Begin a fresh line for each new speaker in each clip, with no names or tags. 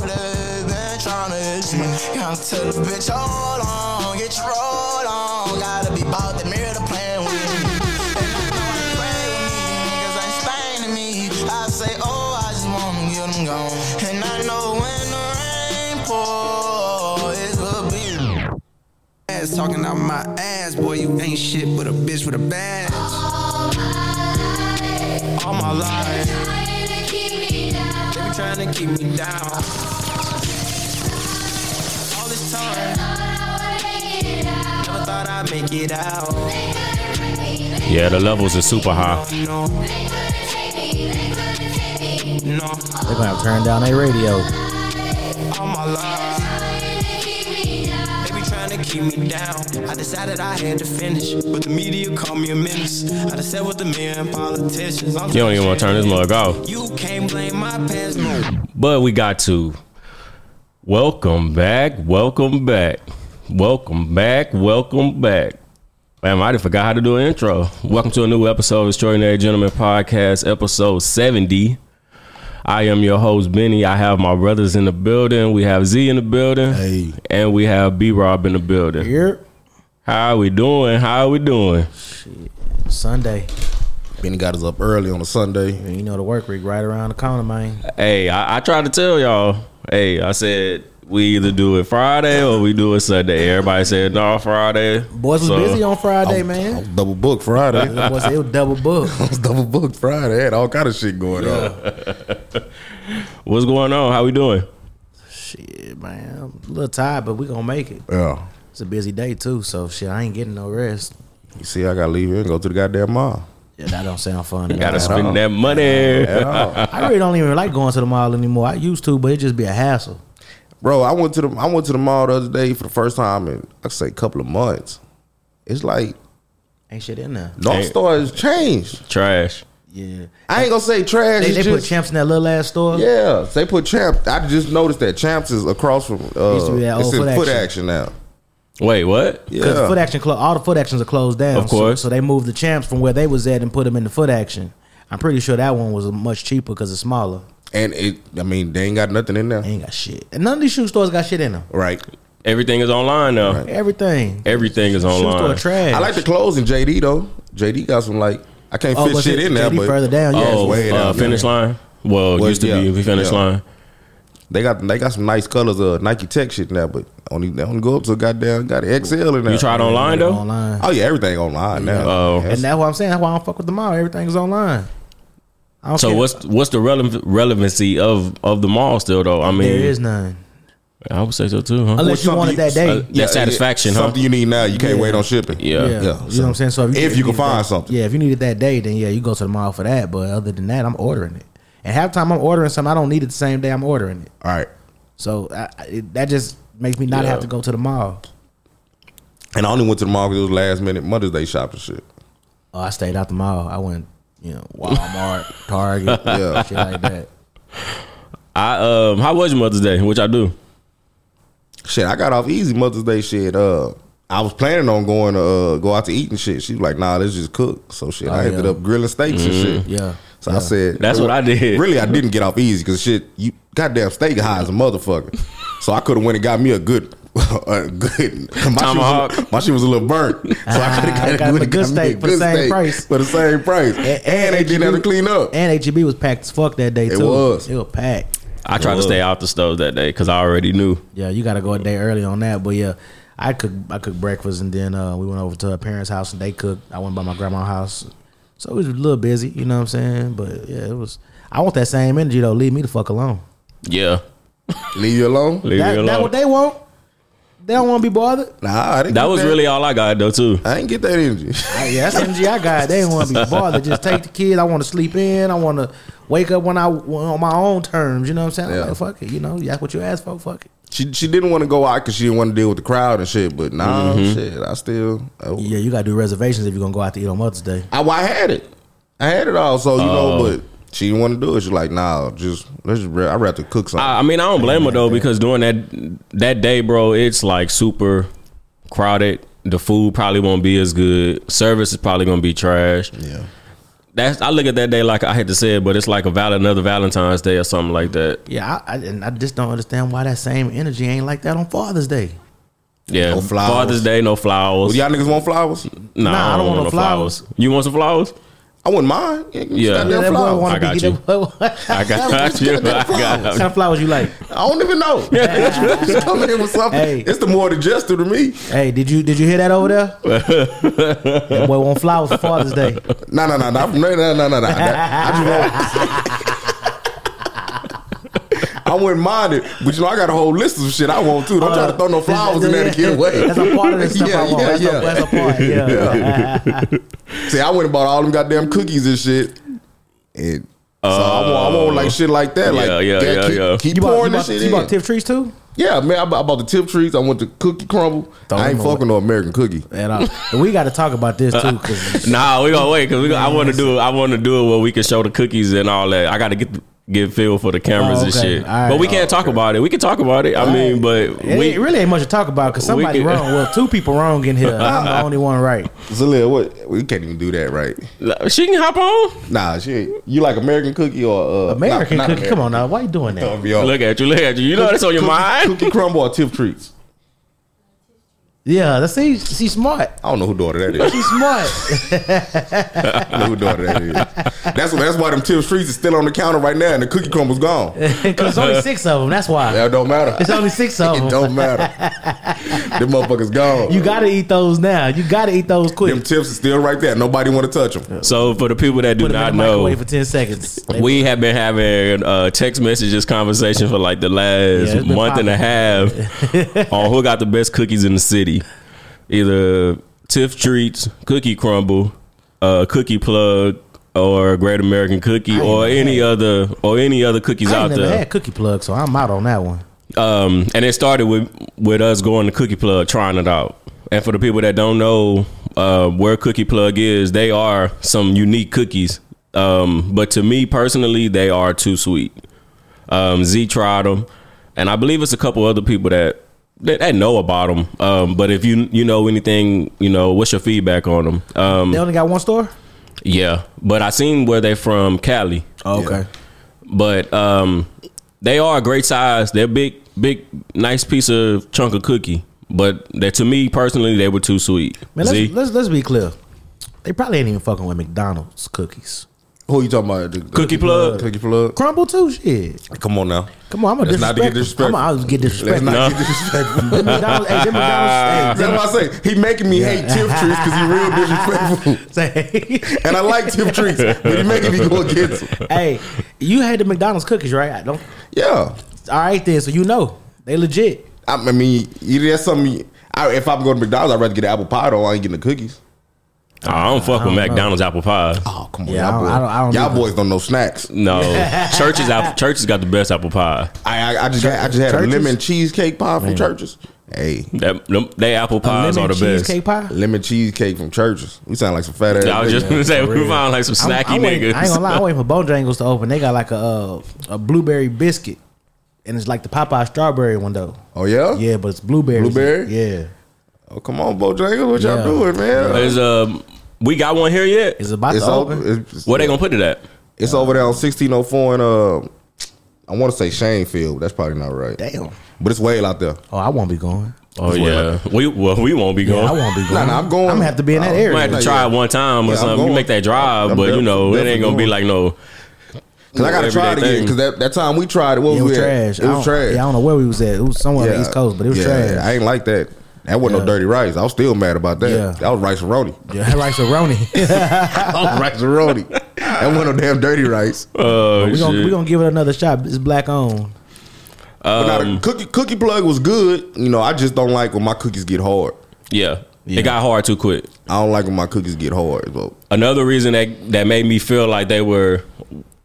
they been tryna hit me. Gotta tell the bitch, hold on, get your roll on. Gotta be bout the mirror to playing with me. And I know they play with me, niggas ain't staying to me. I say, oh, I just wanna get them gone. And I know when the rain pour, it could be.
ass talking out my ass, boy. You ain't shit but a bitch with a badge.
All my life,
All
they been tryna keep me down. All this time, never thought I'd make it out.
Yeah, the levels are super high.
No, no,
They're gonna have to turn down their radio.
all my life. They be trying to keep me down. I decided I had to finish, but the media called me a menace. I done said with the million politicians. I'm
You don't even want to turn this mug off.
You can't blame my past. No.
But we got to. Welcome back. Welcome back. Welcome back. Welcome back. Man, I just forgot how to do an intro. Welcome to a new episode of Extraordinary Gentlemen Podcast, episode 70. I am your host, Benny. I have my brothers in the building. We have Z in the building.
Hey.
And we have B Rob in the building.
Here,
How we doing? How we doing?
Sunday.
Benny got us up early on a Sunday.
You know the work week right around the corner, man.
Hey, I, I tried to tell y'all. Hey, I said we either do it Friday or we do it Sunday. Everybody said no Friday.
Boys was
So,
busy on Friday,
I
man.
was double booked Friday. I
It was, it was double booked.
was double booked Friday. Had all kind of shit going on.
What's going on? How we doing?
Shit, man. I'm a little tired, but we gonna make it.
Yeah.
It's a busy day too, so shit, I ain't getting no rest.
You see, I gotta leave here and go to the goddamn mall.
Yeah, that don't sound fun. at
Gotta
all.
spend that money.
At all.
I really don't even like going to the mall anymore. I used to, but it just be a hassle.
Bro, I went to the I went to the mall the other day for the first time in I say a couple of months. It's like
Ain't shit in there.
North
Hey.
Star has changed.
Trash.
Yeah.
I ain't gonna say trash.
They,
it's
they put
just-
champs in that little ass store.
Yeah, they put champ. I just noticed that champs is across from. Uh,
Used to be that old
it's in
Foot
foot,
Action.
action. now.
Wait, what?
Yeah,
Because foot action, clo- all the foot actions are closed down.
Of course.
So, so they moved the champs from where they was at and put them in the foot action. I'm pretty sure that one was much cheaper because it's smaller.
and it. I mean, they ain't got nothing in there,
They ain't got shit. And none of these shoe stores got shit in them.
right?
Everything is online now.
Everything.
Everything is
Shoe store
online.
trash.
I like the clothes in JD though. JD got some like I can't
Oh,
fit
but
shit
it-
in there,
JD
but
further down, yeah.
it's
Oh,
way
uh,
down,
finish
yeah.
line. Well,
Well,
used to
yeah,
be finish
yeah.
line.
They got they got some nice colors of Nike Tech shit now, but only they only go up to goddamn got an XL in there.
You tried online though.
online.
Oh yeah, everything online now.
Oh.
Yes.
And that's what I'm saying. That's why I don't fuck with the mall. Everything's online. I don't
So
care.
what's what's the rele- relevancy of of the mall still though? I mean,
there is none.
I would say so too. Huh?
Unless you
something
want it
you-
that day.
uh, that satisfaction, huh?
Something you need now. You can't
Yeah.
wait on shipping.
Yeah.
yeah.
yeah,
You know what I'm saying? So if you,
If you can
need it
find
that-
something.
Yeah, if you need it that day, then yeah, you go to the mall for that. But other than that, I'm ordering it. And half the time I'm ordering something I don't need it the same day I'm ordering it.
All right.
So I, I, it, that just makes me not
Yeah.
have to go to the mall.
And I only went to the mall because it was last minute Mother's Day shopping shit.
Oh, I stayed out the mall. I went, you know, Walmart, Target,
Yeah.
shit like that.
I um, how was your Mother's Day? Which I do.
Shit, I got off easy Mother's Day shit. Uh, I was planning on going to uh, go out to eat and shit. She was like, "Nah, let's just cook." So shit,
Oh,
I ended
yeah.
up grilling steaks and shit.
Yeah.
So I said,
That's what I did.
Really, I didn't get off easy because shit, you goddamn steak high as a motherfucker. so I could have went and got me a good, a good my Shit was,
Tomahawk.
my shit was a little burnt, so I could
Ah,
have
got
got,
the
good steak for the same price. For the same price, and, they didn't have to clean up.
And HEB was packed as fuck that day too.
It was.
It was packed.
I tried to stay out the stove that day because I already knew.
Yeah, you got to go a day early on that. But yeah, I cooked I cooked breakfast and then uh, we went over to her parents' house and they cooked. I went by my grandma's house, so it was a little busy. You know what I'm saying? But yeah, it was. I want that same energy though. Leave me the fuck alone.
Yeah,
Leave you alone.
leave
That,
me
that
alone.
what they want. They don't want to be bothered.
Nah, I didn't
that
get
was really all I got though too.
I ain't get that energy.
Hey, yeah, that's the energy I got. They want to be bothered. Just take the kid. I want to sleep in. I want to wake up when I on my own terms. You know what I'm saying? I'm
Yeah.
Like, fuck it. You know that's what you asked for. Fuck it.
She she didn't want to go out because she didn't want to deal with the crowd and shit. But nah, shit, I still I,
Yeah, you got to do reservations if you're gonna go out to eat on Mother's Day.
I, I had it, I had it all. So you know, but she didn't want to do it. She's like, nah, just let's. Just, I rather cook something.
I, I mean, I don't blame her though because during that that day, bro, it's like super crowded. The food probably won't be as good. Service is probably gonna be trash.
yeah,
that's I look at that day like I had to say it, but it's like a val- another Valentine's Day or something like that.
Yeah, I, I, and I just don't understand why that same energy ain't like that on Father's Day.
Yeah,
No flowers.
Father's Day, no flowers.
Do y'all niggas want flowers?
nah, I don't, want no flowers. You want some flowers?
I wouldn't mind. Yeah, give me
Yeah.
some goddamn
Yeah,
that boy
flowers.
want
I
to
got
be
you.
get that
I got you. I
What
got
kind of flowers you like?
I don't even know. Just come in with something.
Hey.
It's the more the gesture to me.
Hey, did you did you hear that over there? that boy want flowers for Father's Day.
No, no, no, no, no, no, no, no. That- I just want. I wouldn't mind it, but you know I got a whole list of shit I want too. Don't try to throw no flowers in there to give away.
That's a part of the stuff I want. that's, A, that's a part. Yeah.
See, I went and bought all them goddamn cookies and shit. And so I want, I want like shit like that. Like
Oh. Yeah, yeah,
that-
yeah,
keep,
yeah.
keep
You bought, you
pouring
bought,
this
you
shit
bought
in.
Tiff Trees too?
yeah, man, I bought, I bought the tip treats. I went to cookie crumble.
Throw
I ain't
them away.
fucking no American cookie.
And, uh, and we got to talk about this too because
you. Nah, we gonna wait because we gonna, I want to do it. I want to do it where we can show the cookies and all that. I got to get the, get feel for the cameras
Oh,
and
okay.
shit.
All right.
but we can't talk about it. We can talk about it. I mean, but
it
we
ain't- really ain't much to talk about because
we
somebody
could-
wrong. Well, two people wrong in here. and I'm the only one right.
Zalea, what? We can't even do that, right?
she can hop on.
Nah, shit. You like American cookie or uh,
American
not- not
cookie. Come on now, why you doing that?
American. Yo,
Look at you. Look at you. You know that's on your
cookie,
mind.
Cookie crumble or tip treats?
Yeah, that's see, she's smart.
I don't know who daughter that is.
She's smart.
I don't know who daughter that is. That's that's why them tip treats is still on the counter right now, and the cookie crumble's gone.
Because only six of them. That's why.
That don't matter.
It's only six of
It
them.
don't matter. them motherfuckers gone.
You gotta eat those now. You gotta eat those quick.
them tips is still right there. Nobody want to touch them.
So for the people that do
Put them
not
in the
know,
microwave for ten seconds. They-
we have been having uh, text messages conversation for like the last
Yeah, it's been
month and a half on who got the best cookies in the city. Either Tiff Treats, Cookie Crumble, uh, Cookie Plug, or Great American Cookie,
ain't
or
never
any other or any other cookies
I ain't
out
never
there.
had cookie plug, so I'm out on that one.
Um, and it started with with us going to Cookie Plug, trying it out. And for the people that don't know uh, where Cookie Plug is, they are some unique cookies. Um, but to me personally, they are too sweet. Um, Z tried them, and I believe it's a couple other people that that, that know about them. Um, but if you you know anything, you know what's your feedback on them? Um,
They only got one store.
yeah, but I seen where they from Cali
Oh,
okay.
but um, they are a great size. They're big, big, nice piece of chunk of cookie. But that to me personally, they were too sweet.
Man,
Z,
let's, let's let's be clear. They probably ain't even fucking with McDonald's cookies.
Who you talking about? The- the-
Cookie plug.
Cookie plug.
Crumble too, shit.
Come on now.
Come on, I'm gonna
Let's not
disrespect.
get
I'm gonna always get
Let's
disrespect.
not
No.
get disrespectful.
Them McDonald's, hey, them McDonald's, hey,
That's why I say he making me hate tip treats because he real disrespectful.
say-
And I like tip treats, but he making me go against him.
hey, you had the McDonald's cookies, right? I don't.
Yeah,
All right, then. So you know they legit.
I, I mean, either that's something. I, if I'm going to McDonald's, I'd rather get an apple pie. Though I ain't getting the cookies.
I don't fuck with McDonald's apple pie.
Oh come on,
Yeah, I
y'all,
don't-
boys.
I don't- I don't
y'all
do
boys don't know snacks.
No, churches apple churches got the best apple pie.
I I, I just had, I just had
Churches?
a lemon cheesecake pie from churches. Hey,
That them, they apple pies
Lemon
are the best.
cheesecake pie.
lemon cheesecake from churches. We sound like some fat ass.
I was just
niggas.
gonna say
for
we
real.
found like some
I'm-
snacky
I'm waiting-
niggas.
I ain't gonna lie. I'm waiting for Bojangles to open. They got like a uh, a blueberry biscuit, and it's like the Popeye strawberry one though.
oh yeah,
Yeah, but it's blueberry.
Blueberry?
Yeah,
Oh come on, Bojangles, what y'all
Yeah.
doing, man?
Is, um, we got one here yet?
it's about
It's
to
over.
open.
It's,
Where they gonna put it at?
it's over there on 1604 and uh, I want to say Shanefield. but That's probably not right.
Damn.
But it's way out there.
Oh, I won't be going.
Oh
It's way out
yeah, we well we won't be
Yeah,
going.
I won't be going.
Nah, nah, I'm going.
I'm gonna have to be in that
I'm
area.
Might have to
Yeah,
try
yeah.
it one time or
Yeah, I'm
something. You
going.
make that drive,
I'm
but you
def-
know it ain't
definitely
gonna be
going.
like no.
Cause I gotta try it
Everyday
again. Cause that, that time we tried it, what
Yeah, it
was
was
we at?
trash.
It
I
was
don't-
trash.
Yeah, I don't know where we was at. It was somewhere on
Yeah.
the East Coast, but it was
Yeah, I
trash.
ain't like that. That wasn't no
Yeah.
dirty rice. I was still mad about that.
Yeah.
That was rice and roni.
Yeah, rice and Roni.
That was rice and roni. That wasn't no damn dirty rice.
Oh
we gonna
shit.
we gonna give it another shot. It's black on.
but now
Um,
the cookie cookie plug was good. You know, I just don't like when my cookies get hard.
Yeah. It got hard too quick.
I don't like when my cookies get hard. But
Another reason that that made me feel like they were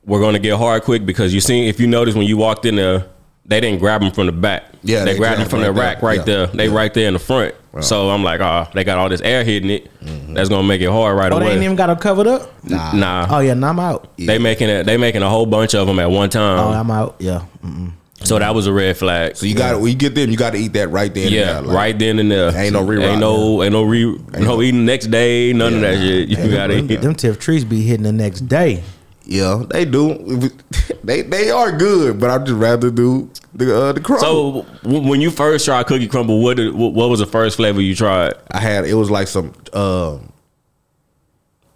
were going to get hard quick because you seen if you notice when you walked in there, they didn't grab them from the back.
Yeah,
they,
they
grabbed them
grabbed
from
right
the
there.
rack right
Yeah.
there. They right there in the front. So I'm like, oh, they got all this air hitting it. That's gonna make it hard right
Oh, they
away.
ain't even got them covered up.
nah,
Oh yeah, now I'm out.
they making it. They making a whole bunch of them at one
Oh,
time.
I'm out. Yeah. Mm-mm.
So that was a red flag.
So you got to when you get them, you got to eat that right there. and
yeah,
there, like-
right then and there.
Ain't no rewrite,
Ain't no, ain't no re, no eating next day. None of that shit. You gotta
Them,
eat.
them tiff trees be hitting the next day.
Yeah, they do. they they are good, but I'd just rather do the uh, the crumble.
So w- when you first tried cookie crumble, what did, what what was the first flavor you tried?
I had it was like some um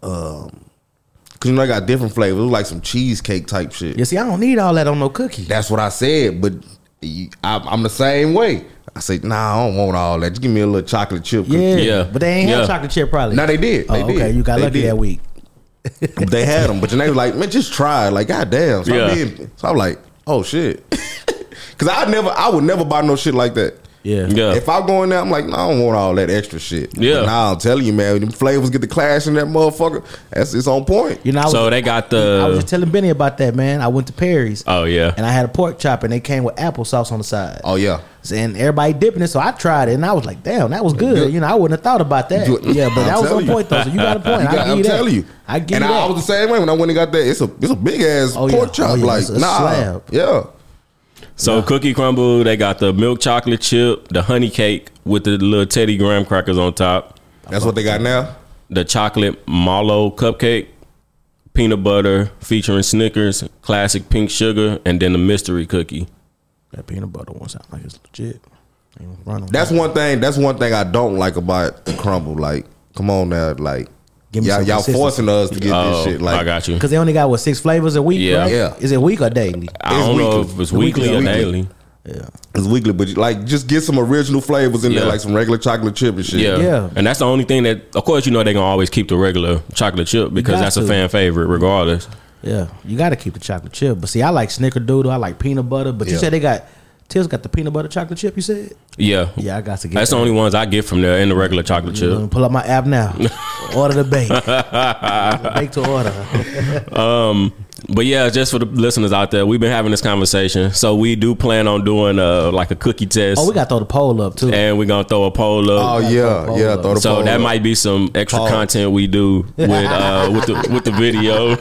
um because you know I got different flavors. It was like some cheesecake type shit.
You see, I don't need all that on no cookie.
That's what I said, but you, I, I'm the same way. I said, nah, I don't want all that. Just give me a little chocolate chip. cookie.
yeah.
Yeah.
but they ain't
Yeah.
have chocolate chip probably.
No, they did.
Oh,
They
okay,
did.
you got
They
lucky
did.
that week.
they had them, but then they were like, man, just try. it." Like, goddamn. So,
Yeah.
I being, so I'm like, oh shit, because I never, I would never buy no shit like that.
Yeah,
Yeah,
If I go in there, I'm like, nah, I don't want all that extra shit.
Yeah.
But Nah, I'm telling you, man, them flavors get the clash in that motherfucker. That's it's on point.
You know, I was,
so they got the.
I
uh,
was just telling Benny about that man. I went to Perry's
oh yeah,
and I had a pork chop and they came with applesauce on the side.
Oh yeah.
and everybody dipping it. So I tried it, and I was like, "Damn, that was good." You know, I wouldn't have thought about that.
You-
Yeah, but
I'm
that was on
telling you.
point though. So you got a point.
You got-
I give
I'm
you that.
telling you.
I give
and
you
I,
that.
I was the same way when I went and got that. It's a it's a big ass
Oh, yeah.
pork
Oh,
chop.
yeah.
Like
It's a
nah.
slab.
Yeah.
so cookie crumble. They got the milk chocolate chip, the honey cake with the little Teddy graham crackers on top,
That's what they got now.
the chocolate mallow cupcake, peanut butter featuring Snickers, classic pink sugar, and then the mystery cookie.
that peanut butter one sound like it's legit. Ain't gonna run on
That's
that.
one thing. That's one thing I don't like about the crumble. Like, come on now, like
Give me
y'all,
some
y'all
consistency.
forcing us to get
Oh,
this shit. Like,
I got you.
because they only got what six flavors a week.
Yeah.
right?
Yeah.
Is it week or daily?
I
It's
don't know
weekly.
if it's
The weekly
weekly or
is weekly.
daily.
Yeah,
it's weekly, but like just get some original flavors in
Yeah.
there, like some regular chocolate chip and shit.
Yeah.
Yeah.
and that's the only thing that, of course, you know they're gonna always keep the regular chocolate chip because
got
that's a
to.
fan favorite, regardless.
yeah. You got to keep the chocolate chip. But see, I like snickerdoodle. I like peanut butter. But you
Yeah.
said they got Till's got the peanut butter chocolate chip. You said
Yeah,
yeah. I got to get
that's
that.
the only ones I get from there in the regular chocolate
Let me
chip.
pull up my app now. order the bake. bake to order.
But yeah, just for the listeners out there, we've been having this conversation, so we do plan on doing uh like a cookie test,
Oh, we got to throw the poll up too.
and we're gonna throw a poll
Oh
up.
yeah, yeah. Throw the
so
phone
that
up.
might be some extra
Poll.
content we do with uh with the with the video.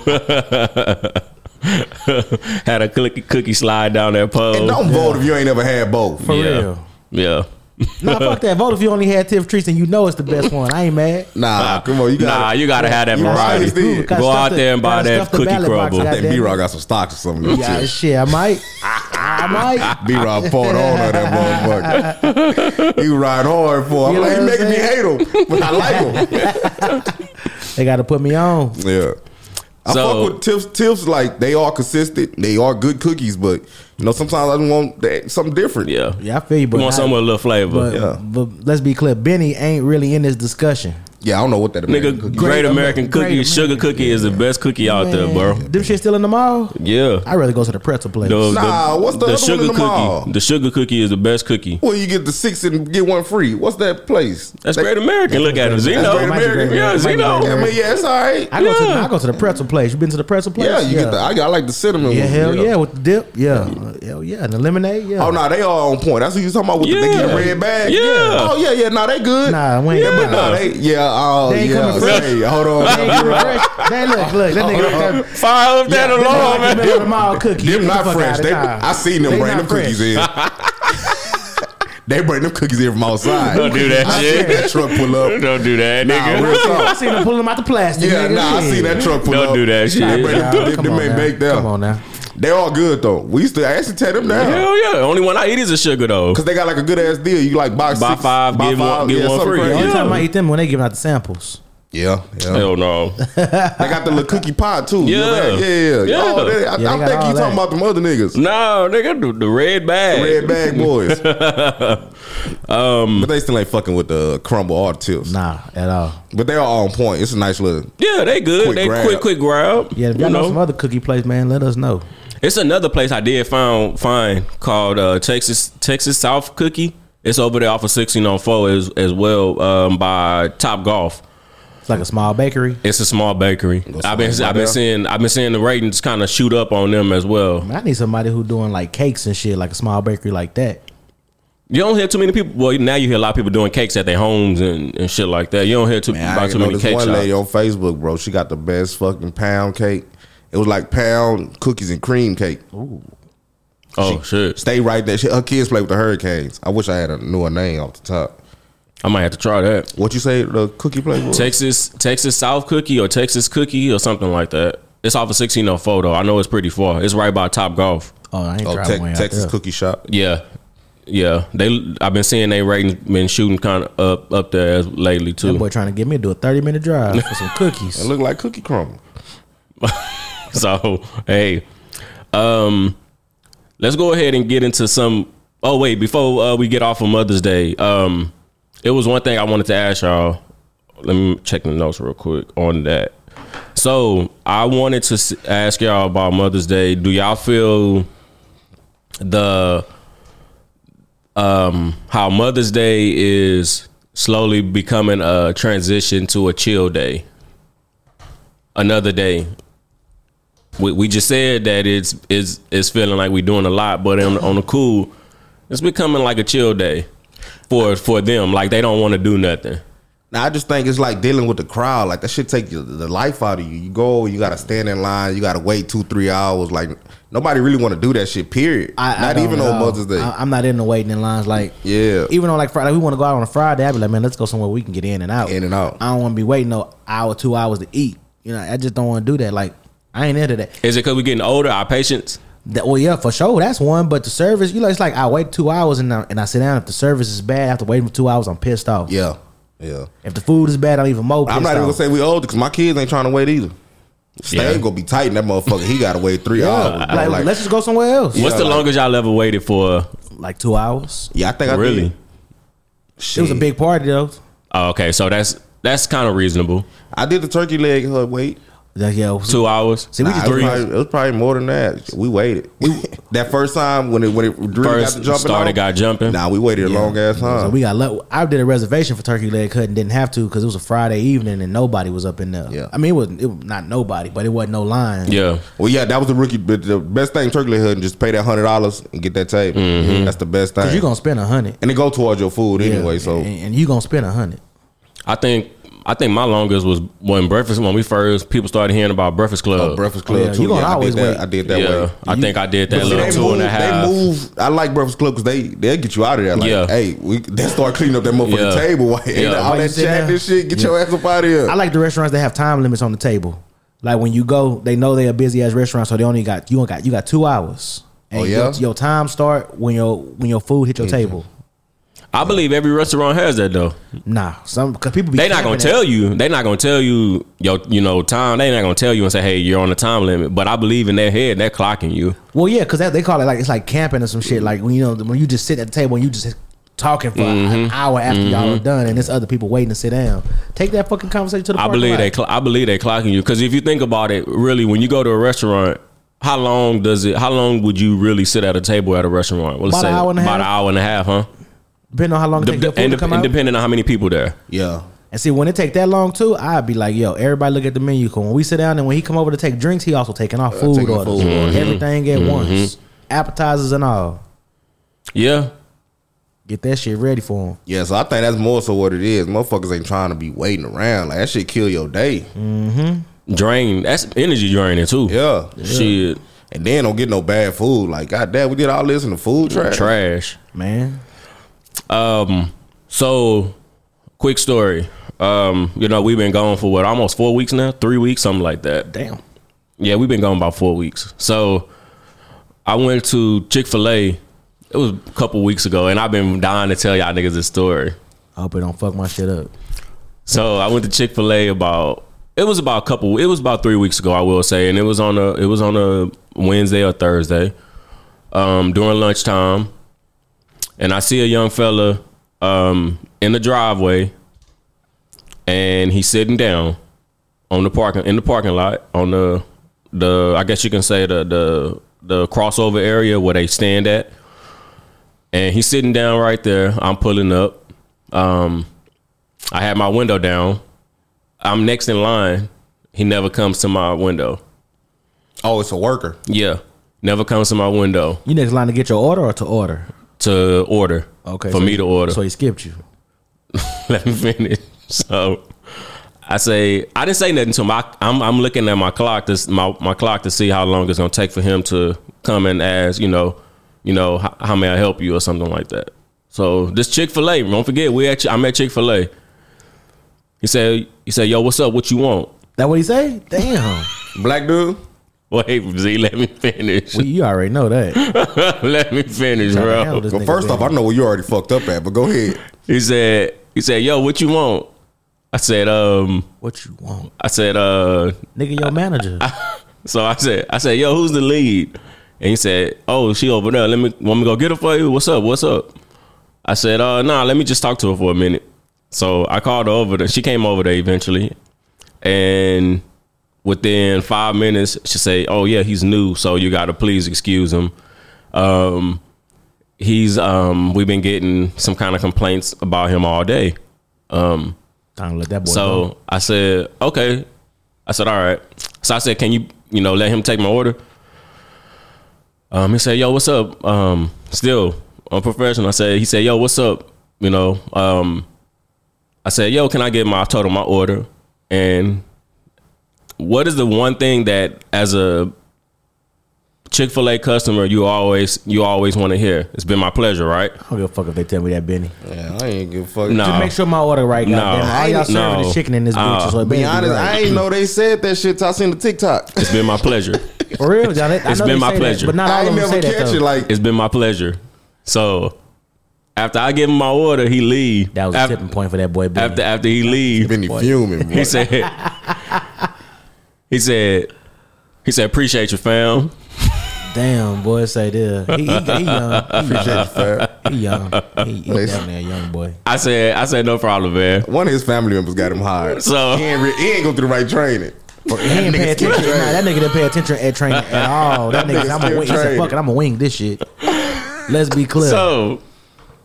Had a cookie cookie slide down that pole.
And don't vote if you ain't ever had both.
For
yeah.
real.
Yeah.
Nah, fuck that. Vote if you only had Tiff Treats and you know it's the best one. I ain't mad.
Nah, come on, you got
nah, you gotta have that
you gotta
variety.
stuff the-
Go out there and buy
gotta
that
stuff the
cookie
ballot box,
crumble.
goddamn
That
it.
B Rock got some stocks or something.
Yeah, shit. I might. I might.
B Rock poured on her that motherfucker. he ride hard for. Him.
You
I'm
know
like,
what
he
I'm
making me hate him, but I like him.
They got to put me on.
yeah. I
So-
fuck with tips. Tips like they are consistent. They are good cookies, but you know sometimes I want that, something different.
Yeah.
Yeah, I feel you. But
We want
I-
something with a little
But,
flavor.
Yeah.
but let's be clear. Benny ain't really in this discussion.
yeah. I don't know what that American
Nigga,
cookie-
great,
Great
American
Amer-
cookie,
Great
sugar
American,
cookie is the best cookie out there,
Man,
bro.
Them shit still in the mall?
Yeah.
I'd rather go to the pretzel place.
The,
Nah, what's the other one
sugar
in the
cookie?
mall?
The sugar cookie is the best cookie.
Well, you get the six and get one free. What's that place?
That's
They-
Great American. Look at him,
That's
Zeno.
Great American.
Yeah,
That's Great
Zeno.
American.
I mean, yeah, it's all right.
I go to
yeah.
I go to the pretzel place. You been to the pretzel place?
yeah, you get the. I, I like the cinnamon.
yeah,
one.
hell yeah. with the dip. Yeah, hell yeah, and the lemonade. Yeah.
Oh no, they all on point. That's what you was talking about with the
Yeah.
nigga in the red bag.
Yeah.
Oh yeah, yeah. No, they good.
Nah, we ain't-
Yeah, but
nah.
no, they. Yeah. Oh
They ain't
yeah.
coming fresh.
Hey, hold on.
They ain't
Them
even fresh. They look, look, that nigga up there.
Fire up that alarm,
Them
man.
Middle of the mall cookie. Get the
not
fuck
fresh.
outta
They,
town.
I seen them
They
bring
not
them cookies
fresh.
in. they bring them cookies in from outside.
Don't do that
I
shit.
seen that truck pull up.
Don't do that,
Nah,
nigga.
real
I
talk.
seen them pull them out the plastic.
Yeah,
nigga.
nah, I
Shit.
seen that truck pull up.
Don't do that
They bring
shit.
them,
Nah,
them,
come,
them
on
ain't
now.
baked down.
come on now.
They all good though. We used to I actually tear them down.
Hell yeah. Only one I eat is a sugar though.
Cause they got like a good ass deal. You like buy
Buy
six,
five,
buy
get one- get one
something
free.
The
crazy.
only
Yeah.
time I eat them when they giving out the samples.
Yeah, yeah.
Hell no.
They got the little cookie pie too. You
Yeah.
ever had- yeah, yeah,
Yeah.
yeah. Oh, they- I,
they
I
got
think
all
you
that.
talking about them other niggas,
No, nigga, the, the red bag.
red bag boys. um, but they still ain't fucking with the crumble or the tips.
Nah, at all.
But they are on point. It's a nice little.
Yeah, they good.
Quick
they
grab.
quick, quick grab.
Yeah, if y'all
you
know,
know,
some other cookie place, man, let us know.
it's another place I did found find called uh, Texas Texas South Cookie. It's over there off of sixteen oh four as as well um, by Top Golf.
It's like a small bakery.
It's a small bakery. I've been
somewhere
I've been
there.
seeing I've been seeing the ratings kind of shoot up on them as well.
Man, I need somebody who doing like cakes and shit, like a small bakery like that.
You don't hear too many people. Well, now you hear a lot of people doing cakes at their homes and, and shit like that. You don't hear too
Man, I
about
ain't
too
know
many
this
cake
one
shops.
lady on Facebook, bro. She got the best fucking pound cake. It was like pound cookies and cream cake.
Oh shit!
Stay right there. She, her kids play with the Hurricanes. I wish I had a, knew her name off the top.
I might have to try that.
What you say? The cookie play was?
Texas Texas South Cookie or Texas Cookie or something like that. It's off of sixteen oh four though. I know it's pretty far. It's right by Top Golf.
Oh, I ain't
Oh,
driving
Tex-
way out
Texas
there.
Cookie Shop.
Yeah, yeah. They I've been seeing they rating been shooting kind of up up there as lately
That
too.
boy trying to get me to do a thirty minute drive for some cookies.
It looked like cookie crumble.
So hey, um, let's go ahead and get into some. Oh wait, before uh, we get off of Mother's Day, um, it was one thing I wanted to ask y'all. Let me check the notes real quick on that. So I wanted to s- ask y'all about Mother's Day. Do y'all feel the um how Mother's Day is slowly becoming a transition to a chill day? Another day we, we just said that it's it's it's feeling like we're doing a lot, but on on the cool, it's becoming like a chill day for for them. Like they don't want to do nothing.
Now I just think it's like dealing with the crowd. Like that shit take you, the life out of you. You go, you gotta stand in line, you gotta wait two, three hours. Like nobody really want to do that shit. Period.
I, I
Not
don't
even
know.
on Mother's Day.
I, am not into waiting in lines. Like
Yeah.
even on like Friday, we want to go out on a Friday. I'd be like, man, let's go somewhere we can get in and out.
In and out.
I don't want to be waiting no hour, two hours to eat. You know, I just don't want to do that. Like I ain't into that.
Is it because we're getting older? Our patience.
That, well, yeah, for sure, that's one. But the service, you know, it's like I wait two hours and I, and I sit down. If the service is bad after waiting for two hours, I'm pissed off.
yeah, yeah.
If the food is bad, I'm even more. Pissed
I'm not even gonna say we older because my kids ain't trying to wait either. Stan
Yeah.
gonna be tight in that motherfucker. He gotta wait three hours. bro.
Like,
Like,
let's just go somewhere else.
What's the
like-
longest y'all ever waited for?
Like two hours.
yeah, I think I did.
Really?
It was a
Shit.
big party though.
Oh, okay, so that's that's kind of reasonable.
I did the turkey leg. Huh, wait,
Like, yo,
Two hours.
See, we
Nah,
just
it, was
three.
probably, it was probably more than that. We waited. that first time when it when it really
First
got to jumping
started
off,
got jumping.
Nah, we waited a long ass time.
So we got luck. I did a reservation for turkey leg cut and didn't have to because it was a Friday evening and nobody was up in there.
Yeah.
I mean it wasn't it was not nobody, but it wasn't no line.
Yeah.
Well, yeah, that was the rookie. But the best thing, Turkey Leg Hood, just pay that hundred dollars and get that tape.
Mm-hmm.
That's the best thing.
you gonna spend a hundred
and it go towards your food
Yeah.
anyway. So
and, and you gonna spend a hundred.
I think I think my longest was when breakfast when we first people started hearing about Breakfast Club.
Oh, Breakfast Club
Oh, yeah,
too.
you gonna
yeah,
always
I did
wait.
that. I did that
Yeah,
way.
I think I did that
See,
little
they
two
move,
and a half.
They move. I like Breakfast Club because they they get you out of there. Like,
Yeah.
hey, we, they start cleaning up that motherfucking
Yeah.
table. Like,
Yeah.
all
Why you
that
sit
chat
down?
and shit. Get
Yeah.
your ass up out of here.
I like the restaurants that have time limits on the table. Like when you go, they know they are busy as restaurants, so they only got you only got you got two hours. And
Oh, yeah?
your, your time start when your when your food hit your table.
I believe every restaurant has that though.
Nah, some cause people be
They not
capping
gonna
it.
tell you. They not gonna tell you your you know time. They not gonna tell you and say, hey, you're on the time limit. But I believe in their head, they're clocking you.
Well, yeah, because they call it like it's like camping or some shit. Like when you know when you just sit at the table and you just talking for
Mm-hmm.
an hour after y'all are done, and there's other people waiting to sit down. Take that fucking conversation to the.
I
parking
believe
lot.
they. Cl- I believe they clocking you because if you think about it, really, when you go to a restaurant, how long does it? How long would you really sit at a table at a restaurant? Well, let's
About an hour and a
about
half.
an hour and a half, huh?
depending on how long it take
Dep-
your food
and,
to
dep-
come
and
out.
depending on how many people there.
yeah.
and see when it take that long too, I'd be like, yo, everybody look at the menu. 'Cause when we sit down and when he come over to take drinks, he also taking our food
Uh, taking
orders,
food orders.
everything
Mm-hmm.
at once, appetizers and all.
Yeah,
Get that shit ready for him.
Yeah, so I think that's more so what it is. Motherfuckers ain't trying to be waiting around. Like that shit kill your day.
Mm.
drain. That's energy draining too.
Yeah.
Shit,
And then don't get no bad food. Like, goddamn, we did all this in the food trash.
trash.
Man,
Um, so quick story. Um, you know, we've been gone for what almost four weeks now, three weeks, something like that.
damn.
Yeah, we've been gone about four weeks. So I went to Chick Fil A. It was a couple weeks ago, and I've been dying to tell y'all niggas this story.
I hope it don't fuck my shit up.
So I went to Chick Fil A about it was about a couple. It was about three weeks ago, I will say, and it was on a it was on a Wednesday or Thursday, um, during lunchtime, and I see a young fella um, in the driveway, and he's sitting down on the parking in the parking lot on the the I guess you can say the the the crossover area where they stand at, and he's sitting down right there. I'm pulling up. I had my window down. I'm next in line. He never comes to my window.
Oh, it's a worker.
Yeah. Never comes to my window
You next line to get your order or to order?
to order.
Okay,
For
so-
me to order.
So he skipped you.
Let me finish. So I say I didn't say nothing to him. I, I'm I'm looking at my clock to s- my, my clock to see how long it's gonna take for him to come and ask, you know, you know, how, how may I help you or something like that. So this Chick Fil A, don't forget we at Chi- I'm at Chick Fil A. He said he said, "Yo, what's up? What you want?"
That what he say? Damn,
Black dude.
Wait, Z, let me finish.
Well, you already know that.
let me finish,
Tryna
bro.
handle this
But
nigga
first off, I
business.
know where you already fucked up at. But go ahead.
He said he said, "Yo, what you want?" I said, um,
what you want,
I said, uh,
nigga? Your manager.
So I said, I said, yo, who's the lead? And he said, oh, she over there. Let me, want me to go get her for you? What's up? What's up? I said, uh, nah, let me just talk to her for a minute. So I called her over there. She came over there eventually, and within five minutes, she said, oh yeah, he's new, so you gotta please excuse him. Um, he's um, we've been getting some kind of complaints about him all day.
Time to let that boy go.
So I said, okay. I said, all right. So I said, can you, you know, let him take my order? Um, he said, yo, what's up? Um, still unprofessional. I said, he said, yo, what's up? You know, um, I said, yo, can I get my I told him my order? And what is the one thing that as a Chick Fil A customer you always you always want to hear? It's been my pleasure, right?
I don't give a fuck if they tell me that, Benny.
Yeah, I ain't give a fuck.
No.
Just make sure my order right.
No.
goddamn. All y'all serving
No.
is chicken in this
Uh,
bitch. So it
Be
better
honest, I
right.
ain't know they said that shit till I seen the TikTok.
It's been my pleasure.
for real, John. It's
It's been my pleasure.
but not all
I
of
ain't
them
never
say that
catch
though.
it. Like
It's been my pleasure. So after I give him my order, he leave.
that was a
after,
tipping point for that boy. Benny.
after after he leave,
Benny fuming.
he
boy.
said he said he said appreciate your fam.
Damn, boy, say there. He, he, he young. He
Appreciate you,
young.
fam.
He young. He, he
Please.
definitely a young boy.
I said I said no problem, man.
One of his family members got him hired.
So-
he ain't, re- he ain't go through the right training.
He ain't pay
Niggas keep
attention.
training.
Nah, that nigga didn't pay attention at training at all. That nigga, I'm
nigga
a
still
wing. He said,
training.
"Fuck it, I'm a wing this shit." Let's be clear.
So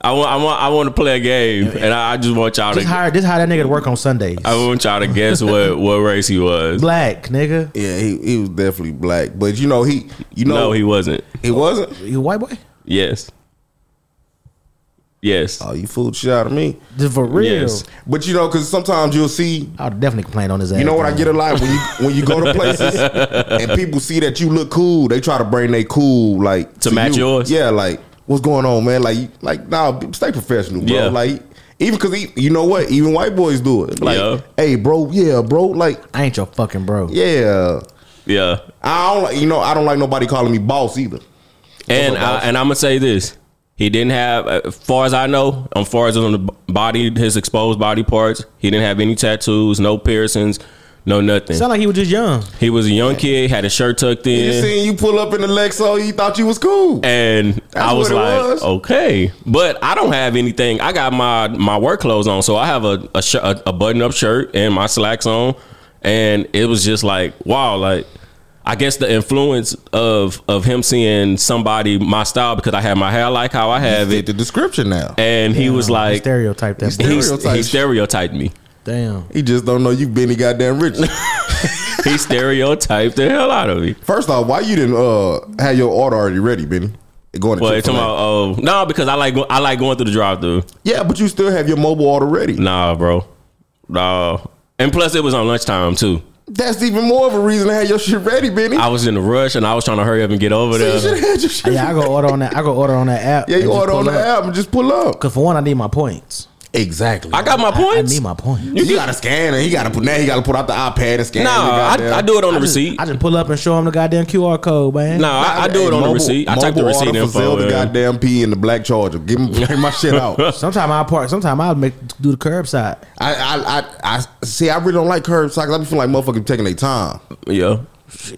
I want I want I want to play a game, and I, I just want y'all
this
to
hire this how that nigga to work on Sundays.
I want y'all to guess what what race he was.
Black nigga,
Yeah, he, he was definitely black, but you know he you know
No, he wasn't.
he wasn't.
you a white boy?
Yes,
Uh,
yes,
Oh, you fooled shit out of me.
Just for real.
Yes.
But you know, because sometimes you'll see.
I would definitely complain on his ass.
You know what I
man.
get a lot when you when you go to places and people see that you look cool, they try to bring they cool like
To match
you.
yours?
Yeah, like what's going on, man? Like you- like nah, b- stay professional, bro.
Yeah.
Like even because you know what, even white boys do it. Like,
Yeah.
hey, bro, yeah, bro, like
I ain't your fucking bro.
yeah.
yeah.
I don't like you know I don't like nobody calling me boss either.
And I, and I'm gonna say this: he didn't have, as far as I know, as far as on the b- body, his exposed body parts, he didn't have any tattoos, no piercings, no nothing.
Sound like he was just young.
he was a young kid, had a shirt tucked
You
in,
seen you pull up in the Lexo, you thought you was cool.
and I was
what it
like,
was.
okay, but I don't have anything. I got my my work clothes on, so I have a a, shir- a, a button up shirt and my slacks on, and it was just like, wow, like. I guess the influence of of him seeing somebody my style because I had my hair like how I have it,
Fit the description now.
and he was
He
like,
stereotyped that.
He
boy.
he,
Stereotype.
he stereotyped me.
Damn.
He just don't know you Benny goddamn rich.
He stereotyped the hell out of me.
First off, why you didn't uh have your order already ready, Benny? Going to
But
Chick-fil-A.
talking about, oh no, because I like go- I like going through the drive through.
Yeah, but you still have your mobile order ready.
Nah, bro, nah. And plus, it was on lunchtime too.
That's even more of a reason to have your shit ready, Benny.
I was in a rush and I was trying to hurry up and get over
So
there.
you should have had your shit.
Yeah, I
Yeah,
go order on that. I go order on that app.
you order on the app and just pull up.
Cause for one, I need my points.
Exactly.
I got my
I- I
points.
need my points.
you gotta scan it. He gotta put now. He gotta put out the iPad and scan.
nah,
the goddamn-
I, I do it on the receipt.
I just pull up and show him the goddamn QR code, man.
nah, I, I do it on the
Mobile-
receipt. I type the
mobile
receipt
order for
info.
Sell the
in.
goddamn P in the black charger. Give me bring my shit out.
Sometimes I park. Sometimes I make do the curbside.
I, I I I see. I really don't like curbside. 'cause I be feeling like motherfuckers taking their time.
Yeah,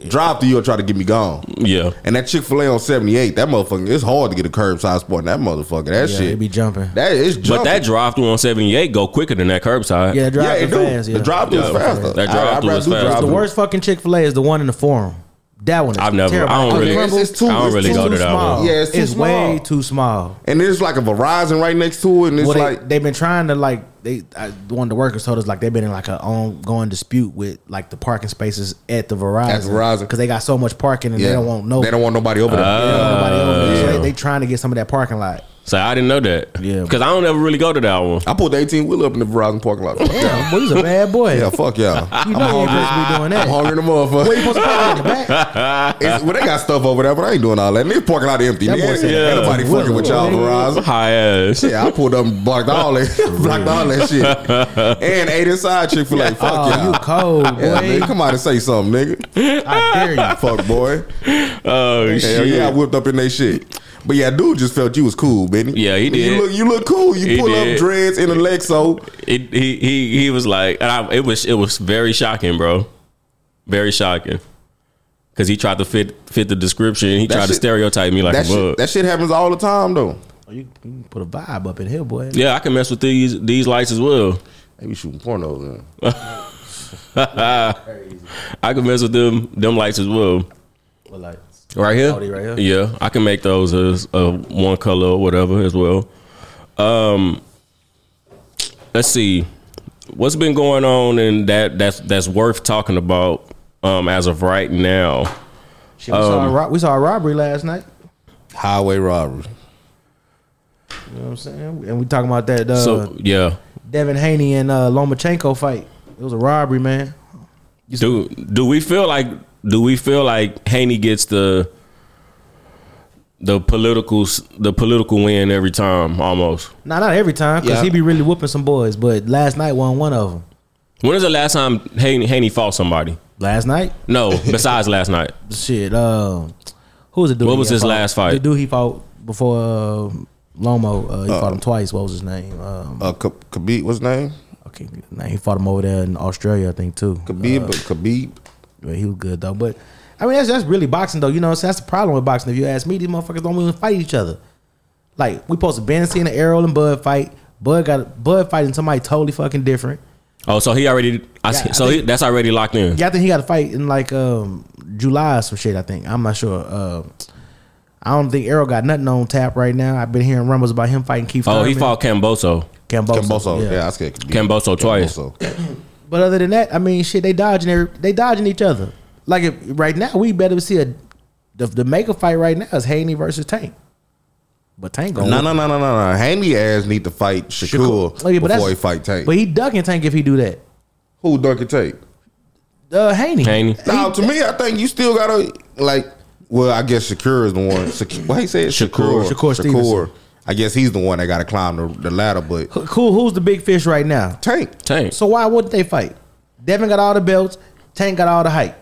Drive through, you'll try to get me gone.
yeah.
And that Chick Fil A on seventy eight, that motherfucker, it's hard to get a curbside spot in that motherfucker. That
Yeah, they
shit,
be jumping.
that is
But
jumping.
that drive through on seventy eight go quicker than that curbside.
yeah, drive
yeah, it
yeah,
do.
fast. Yeah.
The drive through is
Yeah.
faster.
That
I- I'd
drive-through
rather
is
do
faster.
The
drive-through.
worst fucking Chick Fil A is the one in the forum. That one. Is
I've never-
Terrible.
I don't
It's
really-
crumbled.
It's- it's too-
I don't
it's
really
too
go to that
small.
one.
Yeah, it's too
way
small.
too small.
And there's like a Verizon right next to it, and it's
well,
like
they, they've been trying to like they I, one of the workers told us like they've been in like an ongoing dispute with like the parking spaces at the Verizon
At Verizon.
because they got so much parking and
yeah,
they don't want no
they don't want nobody over there.
Ah. Uh,
they don't want nobody over there. So
Yeah.
they, they trying to get some of that parking lot.
So I didn't know that.
Yeah.
Because I don't ever really go to that one.
I pulled the 18 wheeler up in the Verizon parking lot. Fuck y'all.
Damn, boy, he's a bad boy.
Yeah, fuck y'all. I'm
you know you ain't
hungry.
supposed to be doing
I'm
that.
hungry in the motherfucker.
Where you supposed to park in the back?
It's, well, they got stuff over there, but I ain't doing all that. Niggas parking lot empty.
That boy
Nigga,
said
ain't
that.
nobody
Yeah.
fucking with y'all, Verizon.
High ass.
Yeah, I pulled up and blocked all that, blocked all that shit, and ate inside chick for like fuck
Oh,
y'all.
you cold, boy.
Yeah, nigga, come out and say something, nigga.
I dare you.
Fuck boy.
Oh
Hell
shit.
yeah, I whipped up in they shit. But yeah, dude just felt you was cool, Benny.
Yeah, he did.
You look, you look cool. You
He
pull
did.
up dreads in a Lexo.
It, he he he was like, and I, it was it was very shocking, bro. Very shocking. Cause he tried to fit fit the description. He tried to
shit-
stereotype me like
That
a bug.
shit, that shit happens all the time though.
Oh, You you can put a vibe up in here, boy.
yeah, I can mess with these these lights as well.
They be shooting pornos. Man.
I can mess with them them lights as well.
But like,
Right here?
Oh, they right here?
Yeah, I can make those as uh, one color or whatever as well. Um, let's see, what's been going on and that that's that's worth talking about um as of right now.
shit, we, saw a
um,
rob- we saw a robbery last night.
Highway robbery.
You know what I'm saying? And we talking about that uh,
so yeah,
Devin Haney and uh, Lomachenko fight. It was a robbery, man.
do do we feel like do we feel like Haney gets the the political s- the political win every time almost?
Nah, not every time, because
Yeah.
he be really whooping some boys. But last night won one of them.
When is the last time Haney, Haney fought somebody?
Last night,
No, besides last night.
shit. Um, who was the dude?
What
he
was his
fought?
last fight?
The dude he fought before uh, Lomo. Uh, he fought him twice. What was his name? Um,
Uh, K- Khabib, what's his name?
okay, nah, he fought him over there in Australia, I think too. Uh,
Khabib. Khabib.
Yeah, he was good though. But I mean, that's that's really boxing though. You know, so that's the problem with boxing. If you ask me, these motherfuckers don't even fight each other. Like we supposed to Ben seeing an Errol and Bud fight. Bud got Bud fighting somebody totally fucking different.
Oh, so he already. I,
Yeah, I
so he, that's already locked in.
Yeah, I think he got a fight in like um, July or some shit. I think I'm not sure. Uh, I don't think Errol got nothing on tap right now. I've been hearing rumbles about him fighting Keith.
Oh, he
Thurman.
fought Camboso.
Camboso.
Camboso. Yeah. I said Khabib.
Camboso twice.
Camboso.
But other than that, I mean, shit, they dodging every, they dodging each other. Like if, right now, we better see a the, the mega fight right now is Haney versus Tank. But Tank going
No, no, no, no, no, no. Haney ass need to fight Shakur,
Oh,
before he fight Tank.
But he ducking Tank if he do that.
Who Duncan Tate?
Uh, Haney.
Haney.
Now, to me, I think you still gotta like. Well, I guess Shakur is the one. Shak- what he said,
Shakur. Shakur Stevenson.
I guess he's the one that got to climb the, the ladder, but
Who- Cool. Who's the big fish right now?
Tank.
Tank.
So why wouldn't they fight? Devin got all the belts. Tank got all the hype.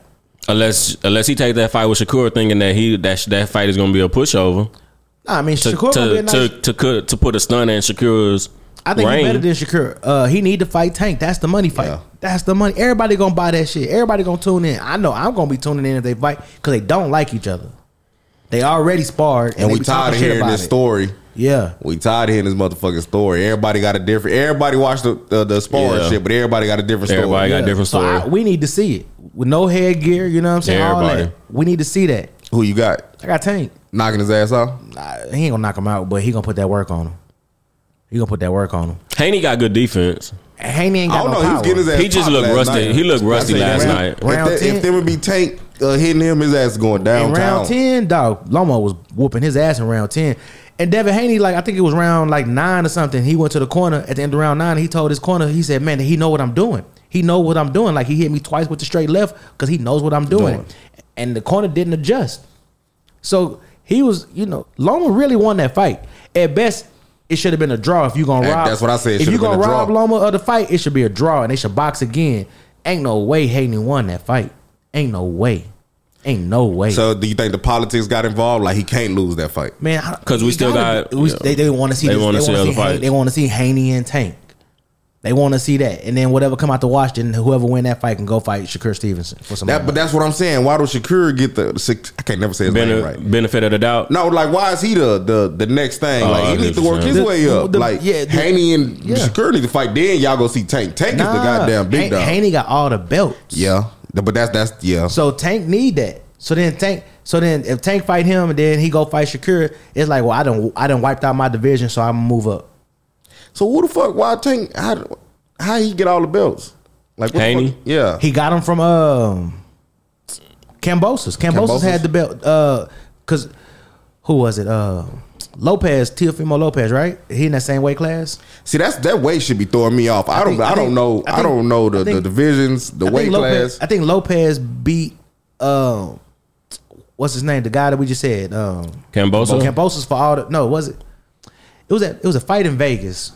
Unless unless he take that fight with Shakur, thinking that he that sh- that fight is gonna be a pushover
Nah, I mean,
to
Shakur gonna be
to,
a nice.
to, to cut- to put a stun in Shakur's.
I think
reign.
he better than Shakur. Uh, he need to fight Tank. That's the money fight.
Yeah.
That's the money. Everybody gonna buy that shit. Everybody gonna tune in. I know I'm gonna be tuning in if they fight because they don't like each other. They already sparred, and,
And
they
we
be
tired
talking
of
shit
hearing
about
this
it.
story.
Yeah,
We tired of hearing this motherfucking story. Everybody got a different. Everybody watched the the, the sparring
Yeah.
shit, but everybody got a different story.
Everybody got
Yeah.
different
So
story.
I- we need to see it with no headgear. You know what I'm saying?
Yeah,
All that.
everybody.
We need to see that.
Who you got
I got Tank.
knocking his ass off?
Nah, he ain't gonna knock him out, but he gonna put that work on him. He gonna put that work on him.
Haney got good defense.
Haney ain't
I
got
don't
no
know. He was
power.
getting his ass.
He just
popped
looked
last
rusty.
night.
He looked rusty
I said,
last
round-
night.
Round
If, there,
10.
if there would be Tank uh, hitting him, his ass going
In
downtown.
round ten, dog, Lomo was whooping his ass in round ten. And Devin Haney, like I think it was round like nine or something, he went to the corner at the end of round nine. He told his corner, he said, "Man, he know what I'm doing. He know what I'm doing. Like he hit me twice with the straight left because he knows what I'm doing."
Doing.
And the corner didn't adjust, so he was, you know, Loma really won that fight. At best, it should have been a draw if you gonna
And
rob.
that's what I said, it
If
should
you
have
gonna
been a
rob
draw.
Loma of the fight, it should be a draw, and they should box again. Ain't no way Haney won that fight. Ain't no way. Ain't no way.
So do you think the politics got involved? Like he can't lose that fight.
Man,
'Cause we
you
still
gotta
got-
be- we-
yeah.
They, they want to see.
They
They want
wanna
to
see other
see. Haney,
fights.
they want to see Haney and Tank. They want to see that, and then whatever come out to watch, then whoever win that fight can go fight Shakur Stevenson for some.
That, but that's what I'm saying. Why do Shakur get the? six- I can't never say his
Bene-
name right.
Benefit of the doubt.
No, like why is he the the, the next thing?
Oh, I
like he
see
needs to
what
work
you're
his
saying.
way up.
The- the-
like
yeah, the-
Haney and
yeah.
Shakur need to fight. Then y'all go see Tank. Tank is the goddamn big dog.
Haney got all the belts.
yeah, The- but that's that's yeah.
So Tank need that. So then Tank. So then if Tank fight him, and then he go fight Shakur, it's like, well, I don't, I don't wiped out my division, so I'm move up.
So who the fuck? Why Tank? How how he get all the belts? Like what the
Haney?
fuck- Yeah.
He got him from um Cambosis. Cambosis
Cambosis?
had the belt uh cuz who was it? Uh Lopez, Teofimo Lopez, right? He in that same weight class.
See, that's that weight should be throwing me off. I don't,
think-
I,
I
don't
think-
know,
I
I,
think-
don't know the,
I think-
the divisions, the
I
weight
think Lopez,
class.
I think Lopez beat um, what's his name? The guy that we just said. Um,
Cambosa.
Cambosos for all the no, was it? It was a it was a fight in Vegas,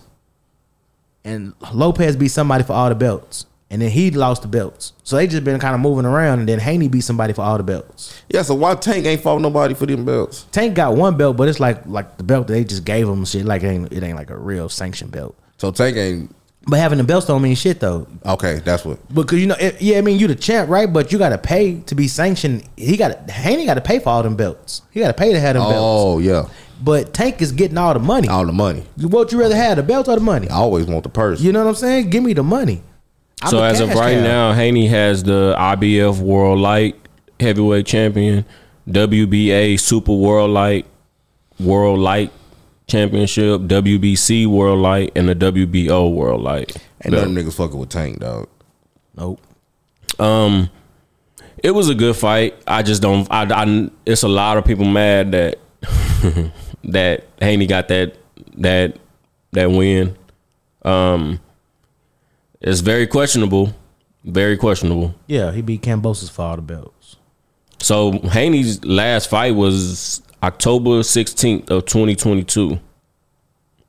and Lopez beat somebody for all the belts, and then he lost the belts. So they just been kind of moving around, and then Haney beat somebody for all the belts.
yeah, so why Tank ain't fought nobody for them belts?
Tank got one belt, but it's like like the belt that they just gave him. and Shit, like it ain't it ain't like a real sanctioned belt.
So Tank ain't
But having the belts don't mean shit though.
okay. That's what.
Because you know, it, yeah, I mean, you the champ, right? But you got to pay to be sanctioned. He got Haney got to pay for all them belts. He got to pay to have them belts.
Oh yeah,
But Tank is getting all the money.
all the money.
What you rather have, the belt or the money?
I always want the purse.
You know what I'm saying? Give me the money. I'm
So
a
as of
cash
right
cow.
now, Haney has the IBF World Light Heavyweight Champion, WBA Super World Light World Light Championship, WBC World Light, and the WBO World Light.
Ain't none of them niggas fucking with Tank, dog.
nope.
It was a good fight. I just don't. I, I- it's a lot of people mad that that Haney got that that that win. Um, it's very questionable. Very questionable.
Yeah, he beat Cambosis for all the belts.
So Haney's last fight was October 16th of 2022.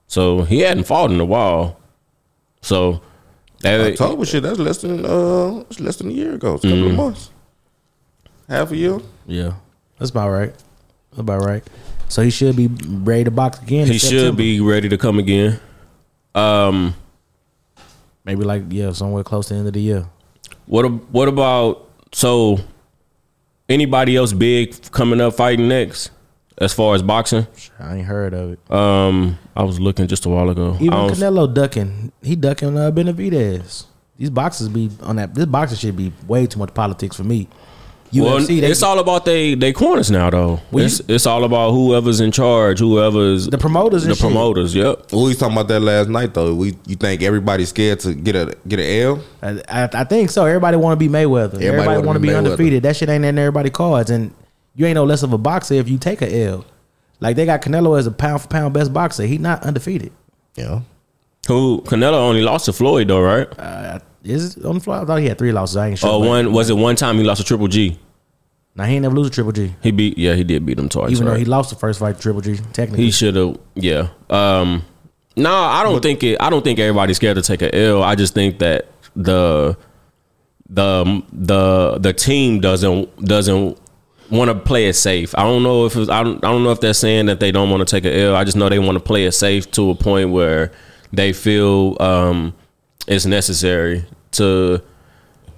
So he hadn't fought in a while. So that
October shit. That's less than uh, it's less than a year ago. It's a couple of months, half a year.
Yeah, that's about right. That's about right. So he should be ready to box again. in
he should
September.
be ready to come again. Um
maybe like yeah, somewhere close to the end of the year.
what ab- what about so anybody else big coming up fighting next as far as boxing?
I ain't heard of it.
Um I was looking just a while ago. I
Even
don't-
Canelo ducking. He ducking uh, Benavidez. These boxes be on that. This boxer should be way too much politics for me. UFC,
Well,
they,
it's all about they they corners now though.
Well, you-
it's, it's all about whoever's in charge, whoever's
the promoters and
the
shit.
promoters. Yep.
We was talking about that last night though. We you think everybody's scared to get a get an L?
I, I, I think so. Everybody want to be Mayweather. Everybody,
wanna
want to
be
be
Mayweather.
undefeated. That shit ain't in everybody's cards, and you ain't no less of a boxer if you take a L. Like they got Canelo as a pound for pound best boxer. He not undefeated.
Yeah.
Who Canelo only lost to Floyd though, right?
Uh, is it on the floor? I thought he had three losses. I ain't sure.
Or
but-
Oh, one was it one time he lost to Triple G?
Now he ain't never lose a Triple G,
He beat yeah he did beat him twice.
even though
right?
he lost the first fight to Triple G. Technically,
He should have. Yeah. Um. No, I don't think it. I don't think everybody's scared to take a L. I just think that the the um, the the team doesn't doesn't want to play it safe. I don't know if it's, I don't I don't know if they're saying that they don't want to take a L. I just know they want to play it safe to a point where they feel um it's necessary to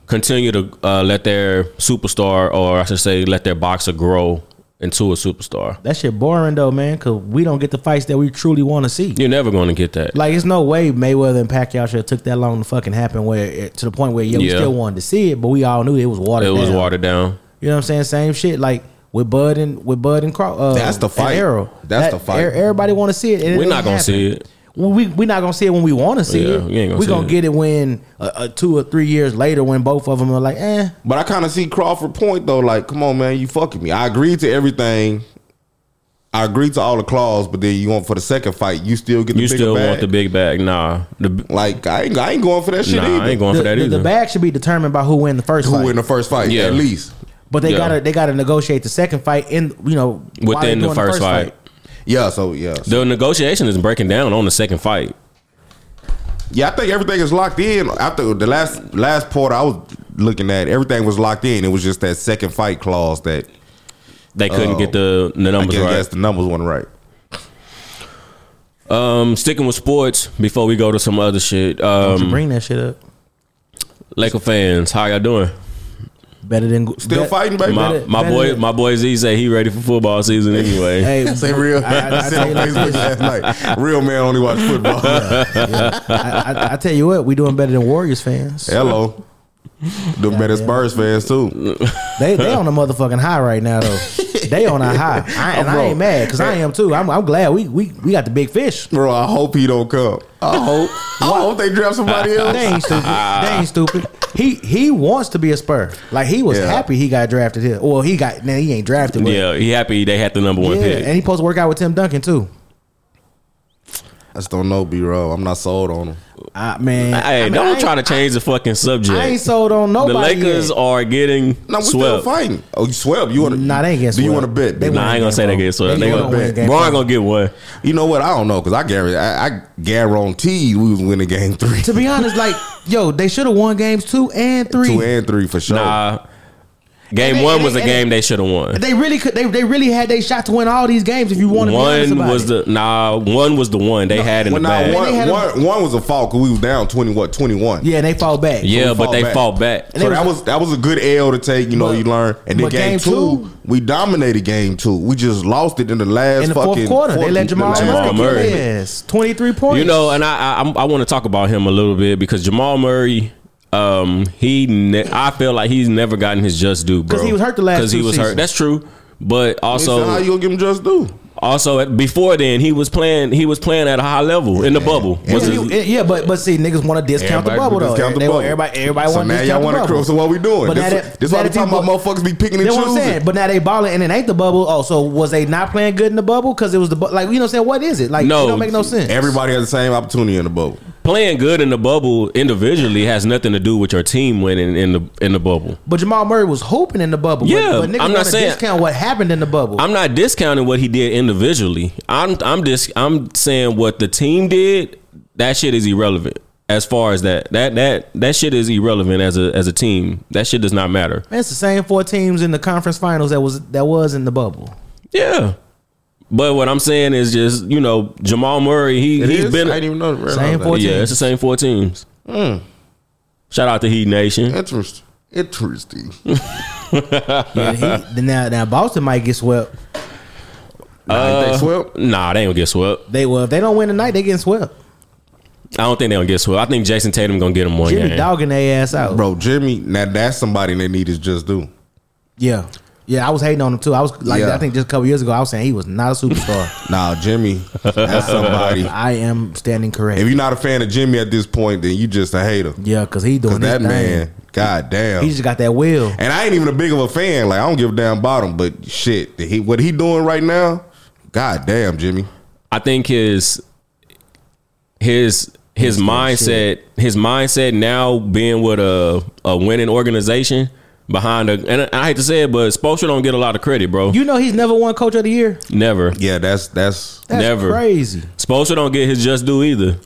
continue to uh, let their superstar or I should say let their boxer grow into a superstar.
that shit boring though, man. Cause we don't get the fights that we truly want to see.
You're never going to get that.
Like, it's no way Mayweather and Pacquiao should have took that long to fucking happen. Where it, to the point where yeah, we
Yeah.
still wanted to see it, but we all knew it was watered.
It was
down.
watered down.
You know what I'm saying? Same shit. Like with Bud and with Bud and Crow. Uh,
That's the
and
fight.
Errol.
That's the fight.
e- Everybody want to see it. and it
We're not
doesn't
gonna see
happen.
it.
Well, we we not gonna see it when we want to see
Yeah,
it.
we ain't gonna
we
see
gonna
it.
get it when uh, uh, two or three years later when both of them are like, eh.
But I kind of see Crawford point though. Like, come on, man, you fucking me. I agreed to everything. I agreed to all the clause, but then you want for the second fight, you still get the
You
bigger
still
bag?
want the big bag? Nah, the, nah,
Like, I ain't, I ain't going for that shit either.
I ain't going
The,
for that
the-
either.
the bag should be determined by who win the first
Who
fight,
in the first fight?
Yeah.
at least.
but they
Yeah.
gotta they gotta negotiate the second fight in you know while they
Within the
doing
first fight.
Yeah. So yeah. So-
the negotiation is breaking down on the second fight.
Yeah, I think everything is locked in. After the last last port I was looking at, everything was locked in. It was just that second fight clause that
They couldn't
Oh.
get the the
I
numbers
guess,
right.
guess the numbers weren't right.
Um, sticking with sports before we go to some other shit.
Don't you
Um,
bring that shit up.
Laker fans, how y'all doing?
Better than
Still
bet-
fighting, baby.
My
Better-
my
better
boy,
than-
my boy Z say he ready for football season anyway.
Hey,
Say real.
I, I, I
I said
tell
on
you like
Facebook
this.
last night. Real man only watch football.
I, I, I tell you what, we doing better than Warriors fans.
Hello. The better Spurs fans too.
They they on a motherfucking high right now though. They on a high, I, and I
Bro.
ain't mad because I am too. I'm, I'm glad we, we we got the big fish.
Bro, I hope he don't come. I hope. I hope they draft somebody
They
else.
ain't stupid. They ain't stupid. He he wants to be a Spur. Like he was
Yeah.
happy he got drafted here. Well, he got now he ain't drafted. But
yeah, he happy they had the number one
yeah,
pick.
and he supposed to work out with Tim Duncan too.
just don't know, B Roll. I'm not sold on him.
I, man,
Hey,
I mean, I
don't
ain't-
try to change the fucking subject.
I ain't sold on
the
nobody.
Lakers
yet.
are getting
No, we still
swept.
fighting. Oh, you swept. You want to?
Nah, they ain't getting
Do you want
swept.
to bet?
They
They
won.
Nah, I ain't gonna say they get swept.
They
They
gonna
gonna,
win
going
game
Bron
four.
gonna get one.
You know what? I don't know because I guarantee, I, I guarantee we was winning game three,
To be honest, like yo, they should have won games two and three.
two and three for sure.
Nah, game
they-
one
Oh. and
was
they-
a
and
game they should have won.
They really could. They, they really had they shot to win all these games. If you want to be honest
One
about
was
it.
the nah. One was the one they had in
Well,
the
nah,
bag.
They had
one,
a-
one, one was a fault because we was down twenty what twenty one.
yeah. They fall back.
yeah,
we
but
fought
they
back.
fought back.
they
So that
was-
was that was a good L to take, you know.
But-
you learn, and then
but
game,
game
two,
two-
we dominated game two. We just lost it in the last
in the
fucking
fourth quarter. they
fourth-
let Jamal,
the
Jamal
last-
Murray.
Murray.
Yes, twenty three points.
You know, and I I, I'm- I want to talk about him a little bit because Jamal Murray. Um, he ne- I feel like he's never gotten his just due, bro.
'Cause he was hurt the last
he
two
was hurt.
seasons.
That's true. But
So how
also,
you gonna give him just do?
also at- before then, he was playing. He was playing at a high level in the bubble.
Yeah,
Was his-
you- yeah, but but see, niggas want to discount the
Everybody
bubble though.
Discount the
they
bubble.
Want, everybody, everybody
so
want to
now y'all
discount the
want to
bubble.
cross. So what we doing?
But now
this
that-
this
now
why we
that
talking about
people-
motherfuckers be picking and
That's what I'm
choosing.
saying. But now they balling and it ain't the bubble. Oh, so was they not playing good in the bubble? Because it was the bu- like you know what I'm saying. What is it? Like
No,
it don't make no sense.
Everybody has the same opportunity in the boat.
playing good in the bubble individually has nothing to do with your team winning in the in the bubble.
but Jamal Murray was hooping in the bubble. but-
Yeah,
but, niggas
I'm not
wanna
saying-
discount what happened in the bubble.
I'm not discounting what he did individually. I'm I'm dis- I'm saying what the team did. That shit is irrelevant. As far as that that that that shit is irrelevant as a as a team. That shit does not matter.
Man, it's the same four teams in the conference finals that was that was in the bubble.
Yeah. But what I'm saying is just you know Jamal Murray. He
It
he's
is?
been
I didn't even know. realize
Same
that.
for-
yeah. It's the same four teams. Shout out to Heat Nation.
Interesting. Interesting.
Uh,
Yeah, he, then now now Boston might get swept.
Like they swept.
Nah, they don't get swept.
They well if they don't win tonight, they getting swept.
I don't think they don't get swept. I think Jason Tatum gonna get him one
Jimmy
game.
dogging their ass out.
Bro, Jimmy, now that's somebody they need is just do.
Yeah. Yeah, I was hating on him too. I was like,
Yeah.
I think just a couple years ago, I was saying he was not a superstar.
Nah, Jimmy, that's somebody.
I am standing correct.
If you're not a fan of Jimmy at this point, then you just a hater.
yeah, because he doing
Cause
his
that
thing.
man, god damn.
He just got that will.
and I ain't even a big of a fan. Like I don't give a damn about him, but shit, the- he, what he doing right now? God damn, Jimmy.
I think his his his mindset his mindset now being with a a winning organization behind a and I hate to say it, but Spoelstra don't get a lot of credit, bro.
You know he's never won coach of the year.
Never.
Yeah, that's that's
That's
Never.
crazy.
Spoelstra don't get his just due either.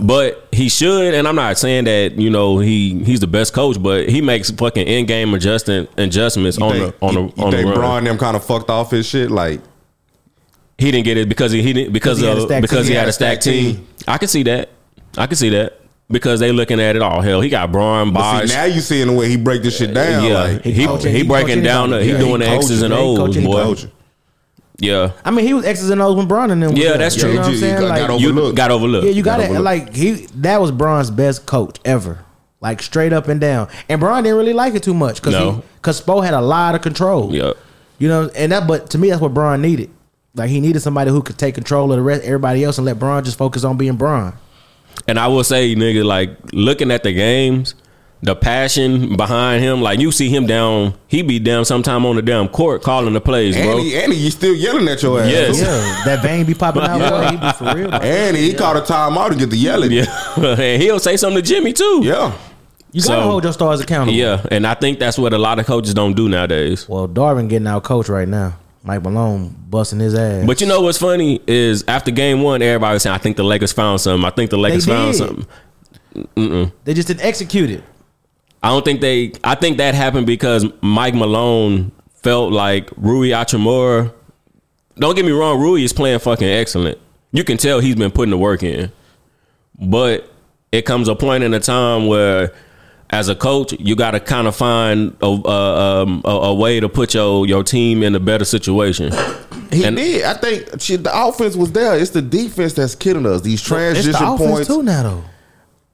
But he should, and I'm not saying that you know he he's the best coach, but he makes fucking in game adjusting adjustments on
think,
the on the
you- you
on the
think
run.
Braun them kind of fucked off his shit. Like
he didn't get it because he, he didn't because
he had a
of
stacked
because
team.
he had a stacked team. I can see that. I can see that because they looking at it all. Hell, he got Braun,
see,
Bosh.
now you seeing the way he break this shit down.
yeah,
like,
he
He
he,
coaching, he
breaking
coaching
down. The,
anybody.
he
Yeah, he
doing the X's
coaching,
and
yeah, he
O's,
coaching, he
boy.
coaching.
Yeah,
I mean, he was X's and O's when Bron and them. was
Yeah,
there.
that's
You
true.
know what I'm
He
saying?
got-
Like,
got
you
overlooked.
got overlooked.
yeah, you got
Got
to
overlooked.
like he. That was Bron's best coach ever. Like straight up and down. And Bron didn't really like it too much because
No.
because Spo had a lot of control.
Yeah.
You know, and that but to me that's what Bron needed. Like he needed somebody who could take control of the rest everybody else and let Bron just focus on being Bron.
And I will say, nigga, like looking at the games, the passion behind him, like you see him down, he be down sometime on the damn court calling the plays, bro.
and he, and he still yelling at your ass.
Yes.
too.
Yeah, that vein be popping out. boy, he be for real. like,
And he called a timeout to get the yelling. Yeah.
yeah, and he'll say something to Jimmy too.
Yeah.
you
So-
gotta hold your stars accountable.
yeah, and I think that's what a lot of coaches don't do nowadays.
Well, Darvin getting out coach right now. Mike Malone busting his ass.
But you know what's funny is after game one, everybody was saying, "I think the Lakers found something. I think the Lakers found
did.
something."
they just didn't execute it.
I don't think they. I think that happened because Mike Malone felt like Rui Achimura. Don't get me wrong, Rui is playing fucking excellent. You can tell he's been putting the work in, but it comes a point in a time where, as a coach, you got to kind of find a, a, um, a a way to put your your team in a better situation.
He
And-
did. I think shit, the offense was there. It's the defense that's killing us. These
It's
transition
the offense
points.
too now though.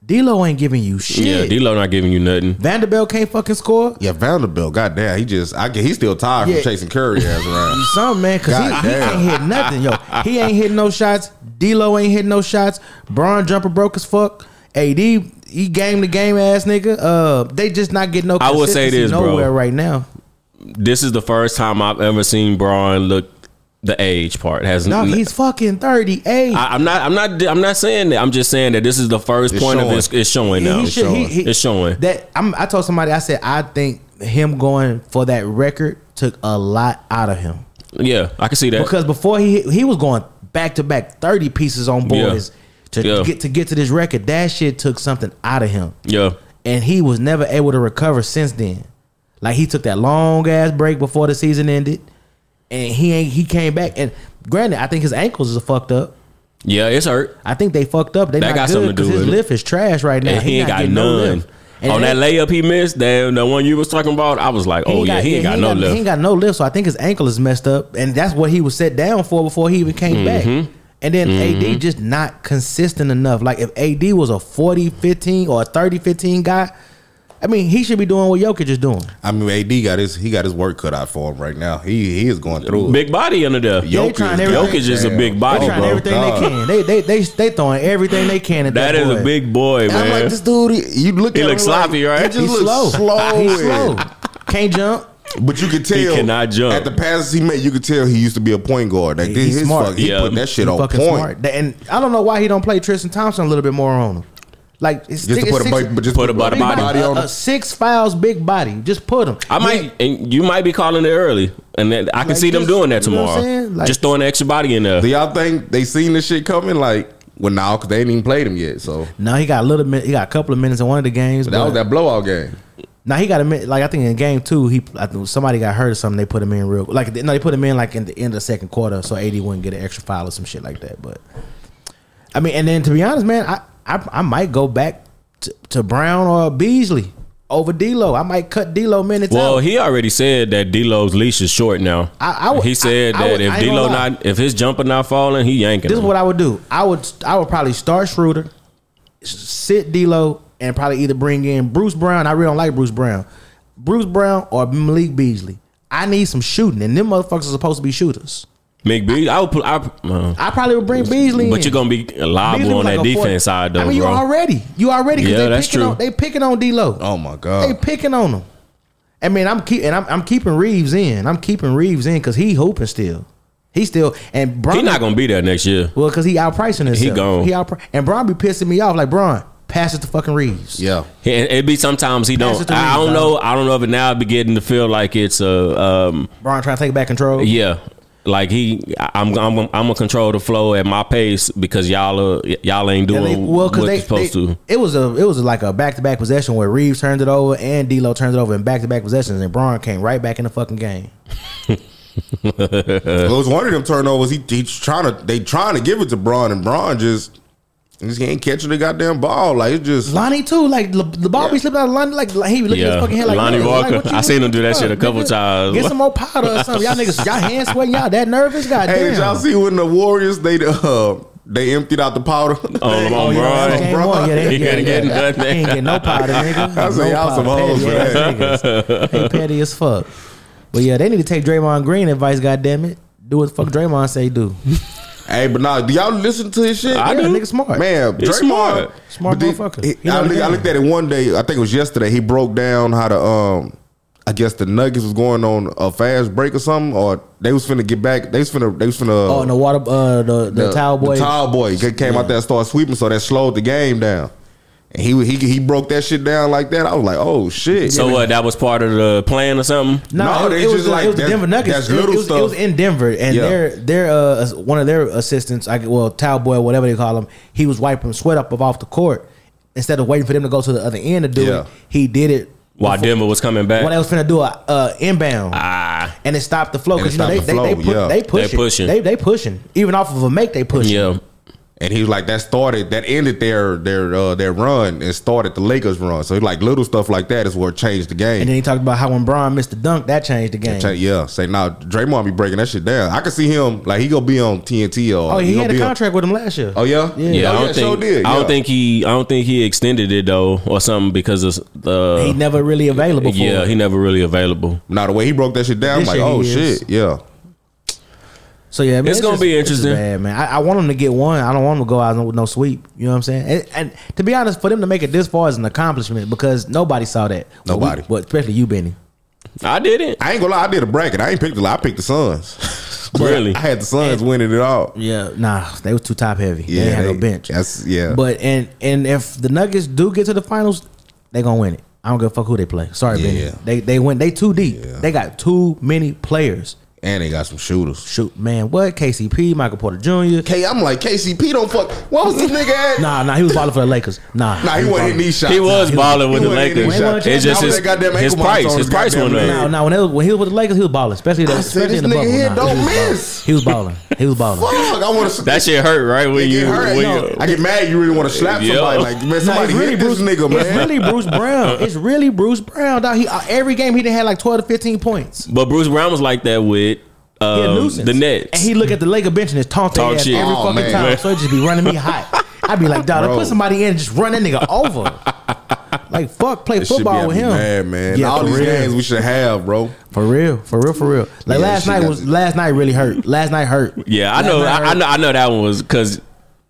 D'Lo ain't giving you shit.
Yeah, D'Lo not giving you nothing.
Vanderbilt can't fucking score.
Yeah, Vanderbilt. Goddamn, he just. I get. He's still tired
Yeah.
from chasing Curry ass around.
Some man, cause
God
he, he
damn.
ain't hit nothing, yo. He ain't hitting no shots. D'Lo ain't hitting no shots. Braun jumper broke as fuck. AD, he game to game ass nigga. Uh, they just not getting no.
I will say
consistency
this, bro.
nowhere right now.
This is the first time I've ever seen Braun look the age part has
No, he's fucking 38.
I, I'm not. I'm not. I'm not saying that. I'm just saying that this is the first
It's
point of
showing.
this. It's showing
Yeah,
now.
he should- he- he-
it's showing.
that I'm, I told somebody, I said, I think him going for that record took a lot out of him.
Yeah, I can see that.
because before he he was going back to back thirty pieces on
Yeah.
boys to
Yeah.
get to get to this record. That shit took something out of him,
Yeah,
and he was never able to recover since then. Like he took that long ass break before the season ended, and he ain't he came back. And granted, I think his ankles is fucked up.
yeah, it's hurt.
I think they fucked up. They
That
not
got
good
something to do
'cause his
with it.
lift is trash right now.
and he, ain't
not
got
getting no
none.
lift. And
On
it-
that layup he missed, that the one you was talking about, I was like,
He
oh yeah, he ain't got no
He
left.
ain't got no lift, so I think his ankle is messed up, and that's what he was set down for before he even came
Mm-hmm.
back. And then AD just not consistent enough. Like if AD was a 40 15 or a 30 15 guy, I mean, he should be doing what Jokic is doing.
I mean, AD got his he got his work cut out for him right now. He he is going through it.
Big body under there.
Yo- Jokic-
trying
Jokic is a big
They
body,
trying
bro.
everything
Oh, God.
they can. They they they they throwing everything they can at that.
That is
boy.
a big boy,
I'm like
man.
this dude. He, you look
He
at
looks
him like-
sloppy, right?
He just
He's
looks
slow.
slow.
He's
and-
slow. Can't jump.
But you could tell
cannot jump.
at the passes he made. You could tell he used to be a point guard. Like
He's
his
smart.
fuck- he
Yeah.
put that shit
He
on point.
fucking smart. And I don't know why he don't play Tristan Thompson a little bit more on him. Like it's
Just to
it's
put a
six-
body, just
Put a body-
body Uh,
on
a,
him.
six files, big body. Just put him.
I might and you might be calling it early, and then I can
Like
see them
just-
doing that
you know what
tomorrow.
I'm saying? Like-
just throwing an extra body in there.
Do y'all think they seen this shit coming? Like, well, now because they ain't even played him yet. So
No, he got a little. min- He got a couple of minutes in one of the games.
that was that blowout game.
Now he got a minute. Like I think in game two, he I think somebody got hurt or something. They put him in real. Like no, they put him in like in the end of the second quarter, so AD wouldn't get an extra foul or some shit like that. But I mean, and then to be honest, man, I I, I might go back to, to Brown or Beasley over D'Lo. I might cut D'Lo minutes.
Well,
out.
he already said that D'Lo's leash is short now.
I- I would-
he said
I- I would-
that
I
if
ain't gonna
D'Lo
lie.
not, if his jumper not falling, he yanking.
This
him.
is what I would do. I would I would probably start Schroeder, s- sit D'Lo, and probably either bring in Bruce Brown. I really don't like Bruce Brown, Bruce Brown or Malik Beasley. I need some shooting, and them motherfuckers are supposed to be shooters.
McBee, I would put. I, uh,
I probably would bring Beasley.
but
in.
you're gonna be
Beasley
liable
was
on
like
that
a
defense
40
side, though,
I mean, you
bro.
already, you already. 'cause
Yeah,
they
that's
picking
true. uh.
On, they picking on D'Lo.
Oh my
They
god!
picking on him. I mean, I'm keep and I'm, I'm keeping Reeves in. I'm keeping Reeves in because he hooping still. He still and Brown
He's not gonna be there next year.
Well, because he outpricing himself. He
gone.
He outpri- and Braun be pissing me off. Like Braun, pass it to fucking Reeves.
yeah,
He- It be sometimes he
Pass
don't.
it to
I, I
Reeves,
don't
dog.
know. I don't know if it now be getting to feel like it's a. Um,
Braun trying to take back control.
yeah, like he. I- I'm. I'm. I'm gonna control the flow at my pace because y'all. Are, y'all ain't
And
doing
they, well,
what
because
you're
they,
supposed
they-
to.
it was a it was like a back to back possession where Reeves turns it over and D'Lo turns it over in back to back possessions and Braun came right back in the fucking game.
it was one of them turnovers. He, he trying to they trying to give it to Braun, and Braun just he ain't catching the goddamn ball. Like it's just
Lonnie too, like the, the ball be slipping out of Lonnie, like, like he be looking at
Yeah.
his fucking head like
Lonnie
"Nigga, like,
Walker.
what you
I seen him do that shit a
nigga?
couple times.
Get some more powder or something. Y'all niggas, y'all hands sweating. Y'all that nervous? God
Hey,
damn.
did y'all see when the Warriors they uh, they emptied out the powder?
Oh, Lamar
yeah,
Bryant.
that's game
Bro,
one. Yeah, they-
he
yeah,
ain't
yeah.
getting nothing.
He ain't getting no powder, nigga.
I
no
say y'all some
powder.
hoes for
Petty ass niggas. They petty as fuck. But yeah, they need to take Draymond Green advice. Goddamn it, do what the fuck Draymond say do.
Hey, but now, do y'all listen to his shit?
I
yeah,
do.
nigga smart.
Man,
He's
Draymond,
smart.
Smart
but then-
motherfucker.
he-
He know
I,
the
look- I
game.
looked at it one day. I think it was yesterday. He broke down how the um, I guess the Nuggets was going on a fast break or something, or they was finna get back. They was finna. They was finna.
Oh, and the water, uh, the, the, towel boy.
The towel boy ca- came out there and started sweeping, so that slowed the game down. And he he he broke that shit down like that. I was like, oh shit.
So what? That was part of the plan or something.
No,
No,
it,
they
it was
just
uh,
like-
it was the
that's-
Denver Nuggets.
that's
It-
little
it, was, it was
stuff.
in Denver, and
Yeah.
their their uh, one of their assistants, I well Talboy, whatever they call him, he was wiping sweat up off the court instead of waiting for them to go to the other end to do
Yeah.
it. He did it
While Denver was coming back.
when they was finna do a uh, inbound.
Ah.
and it stopped the flow
And
because
it
you know they,
stopped
they,
the
they,
flow,
put,
yeah.
they
They
pushing, they
pushing.
They, pushing even off of a make they pushing.
Yeah.
And he was like, that started, that ended their their uh, their run and started the Lakers run. So like little stuff like that is where it changed the game.
And then he talked about how when Braun missed the dunk, that changed the game.
Cha- yeah, say now nah, Draymond be breaking that shit down. I can see him like he gonna be on TNT or
oh, he,
gonna
had a
be on-
contract with him last year.
oh yeah,
Yeah.
Yeah,
Oh,
I don't
sure
think
did,
I
yeah.
don't think he I don't think he extended it though or something because of the
he never really available. For
yeah
it.
he never really available.
Now the way he broke that shit down, I'm
This
like
year
oh
he is.
shit, yeah.
So yeah, I mean,
It's gonna be
it's just
interesting.
bad, man. I, I want them to get one. I don't want them to go out with no sweep. You know what I'm saying? And, and to be honest, for them to make it this far is an accomplishment because nobody saw that. Well, we-
Nobody.
well, especially you, Benny.
I didn't.
I ain't gonna lie, I did a bracket. I ain't picked the. I picked the Suns. But
Really?
I had the Suns winning it all.
Yeah, nah, they were too top heavy. Yeah, they
Yeah,
had no
they-
bench.
that's- yeah.
But and and if the Nuggets do get to the finals, they gonna win it. I don't give a fuck who they play. Sorry,
Yeah.
Benny. They they went they too deep.
Yeah.
They got too many players.
And they got some shooters.
Shoot, man, what KCP, Michael Porter Jr.
K, I'm like KCP don't fuck. What was this nigga at?
Nah, nah, he was balling for the Lakers. Nah,
nah, he wasn't hitting these shots.
He was balling with
he
the
wasn't hitting
Lakers.
any shots.
It's just
Now with
his,
that goddamn
his
ankle
price.
monitor
His
on his
price
goddamn
went
leg.
Nah,
up.
nah, when, they was, when he was with the Lakers, he was balling, especially the,
I said
especially
this
in the bubble.
nigga here
Nah,
don't
he was
miss.
balling. He was balling. He was balling.
Fuck, I want to.
That shit hurt, right? When you,
get hurt.
when
No,
you-
I get mad. You really want to slap
Yeah.
somebody? Like man,
Nah,
somebody
it's really
hit this nigga,
It's
man.
really Bruce Brown. It's really Bruce Brown. Dog. He uh, every game he done had like twelve to fifteen points.
but Bruce Brown was like that with
He a
um,
nuisance.
the Nets.
And he look at the Laker bench and it's taunting
Talk
ass
shit.
every
Oh,
fucking
man.
time. So it just be running me hot. I'd be like, dog,
Bro.
put somebody in and just run that nigga over. like, fuck, play
This shit be- I
football
be
with him.
Mad man.
Yeah,
All
for
these
real.
games we should have, bro.
For real, for real, for real. Like
Yeah,
last
she
night
got
was
to-
last night really hurt. Last night hurt.
yeah, I
Last
know.
night
I, I
hurt.
know. I know that one was because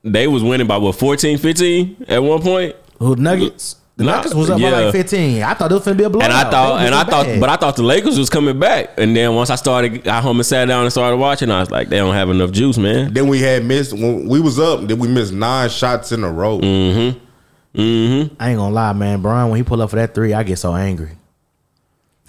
they was winning by what 14, 15 at one point.
Who Nuggets? The
Nah,
Nuggets was up by
yeah.
like fifteen. I thought it was gonna be a blowout.
And I thought,
They was
and I
so
thought,
bad.
but I thought the Lakers was coming back. And then once I started, got home and sat down and started watching. I was like, they don't have enough juice, man.
Then we had missed when we was up. Then we missed nine shots in a row.
Mm.
I ain't gonna lie, man. Brian, when he pull up for that three, I get so angry.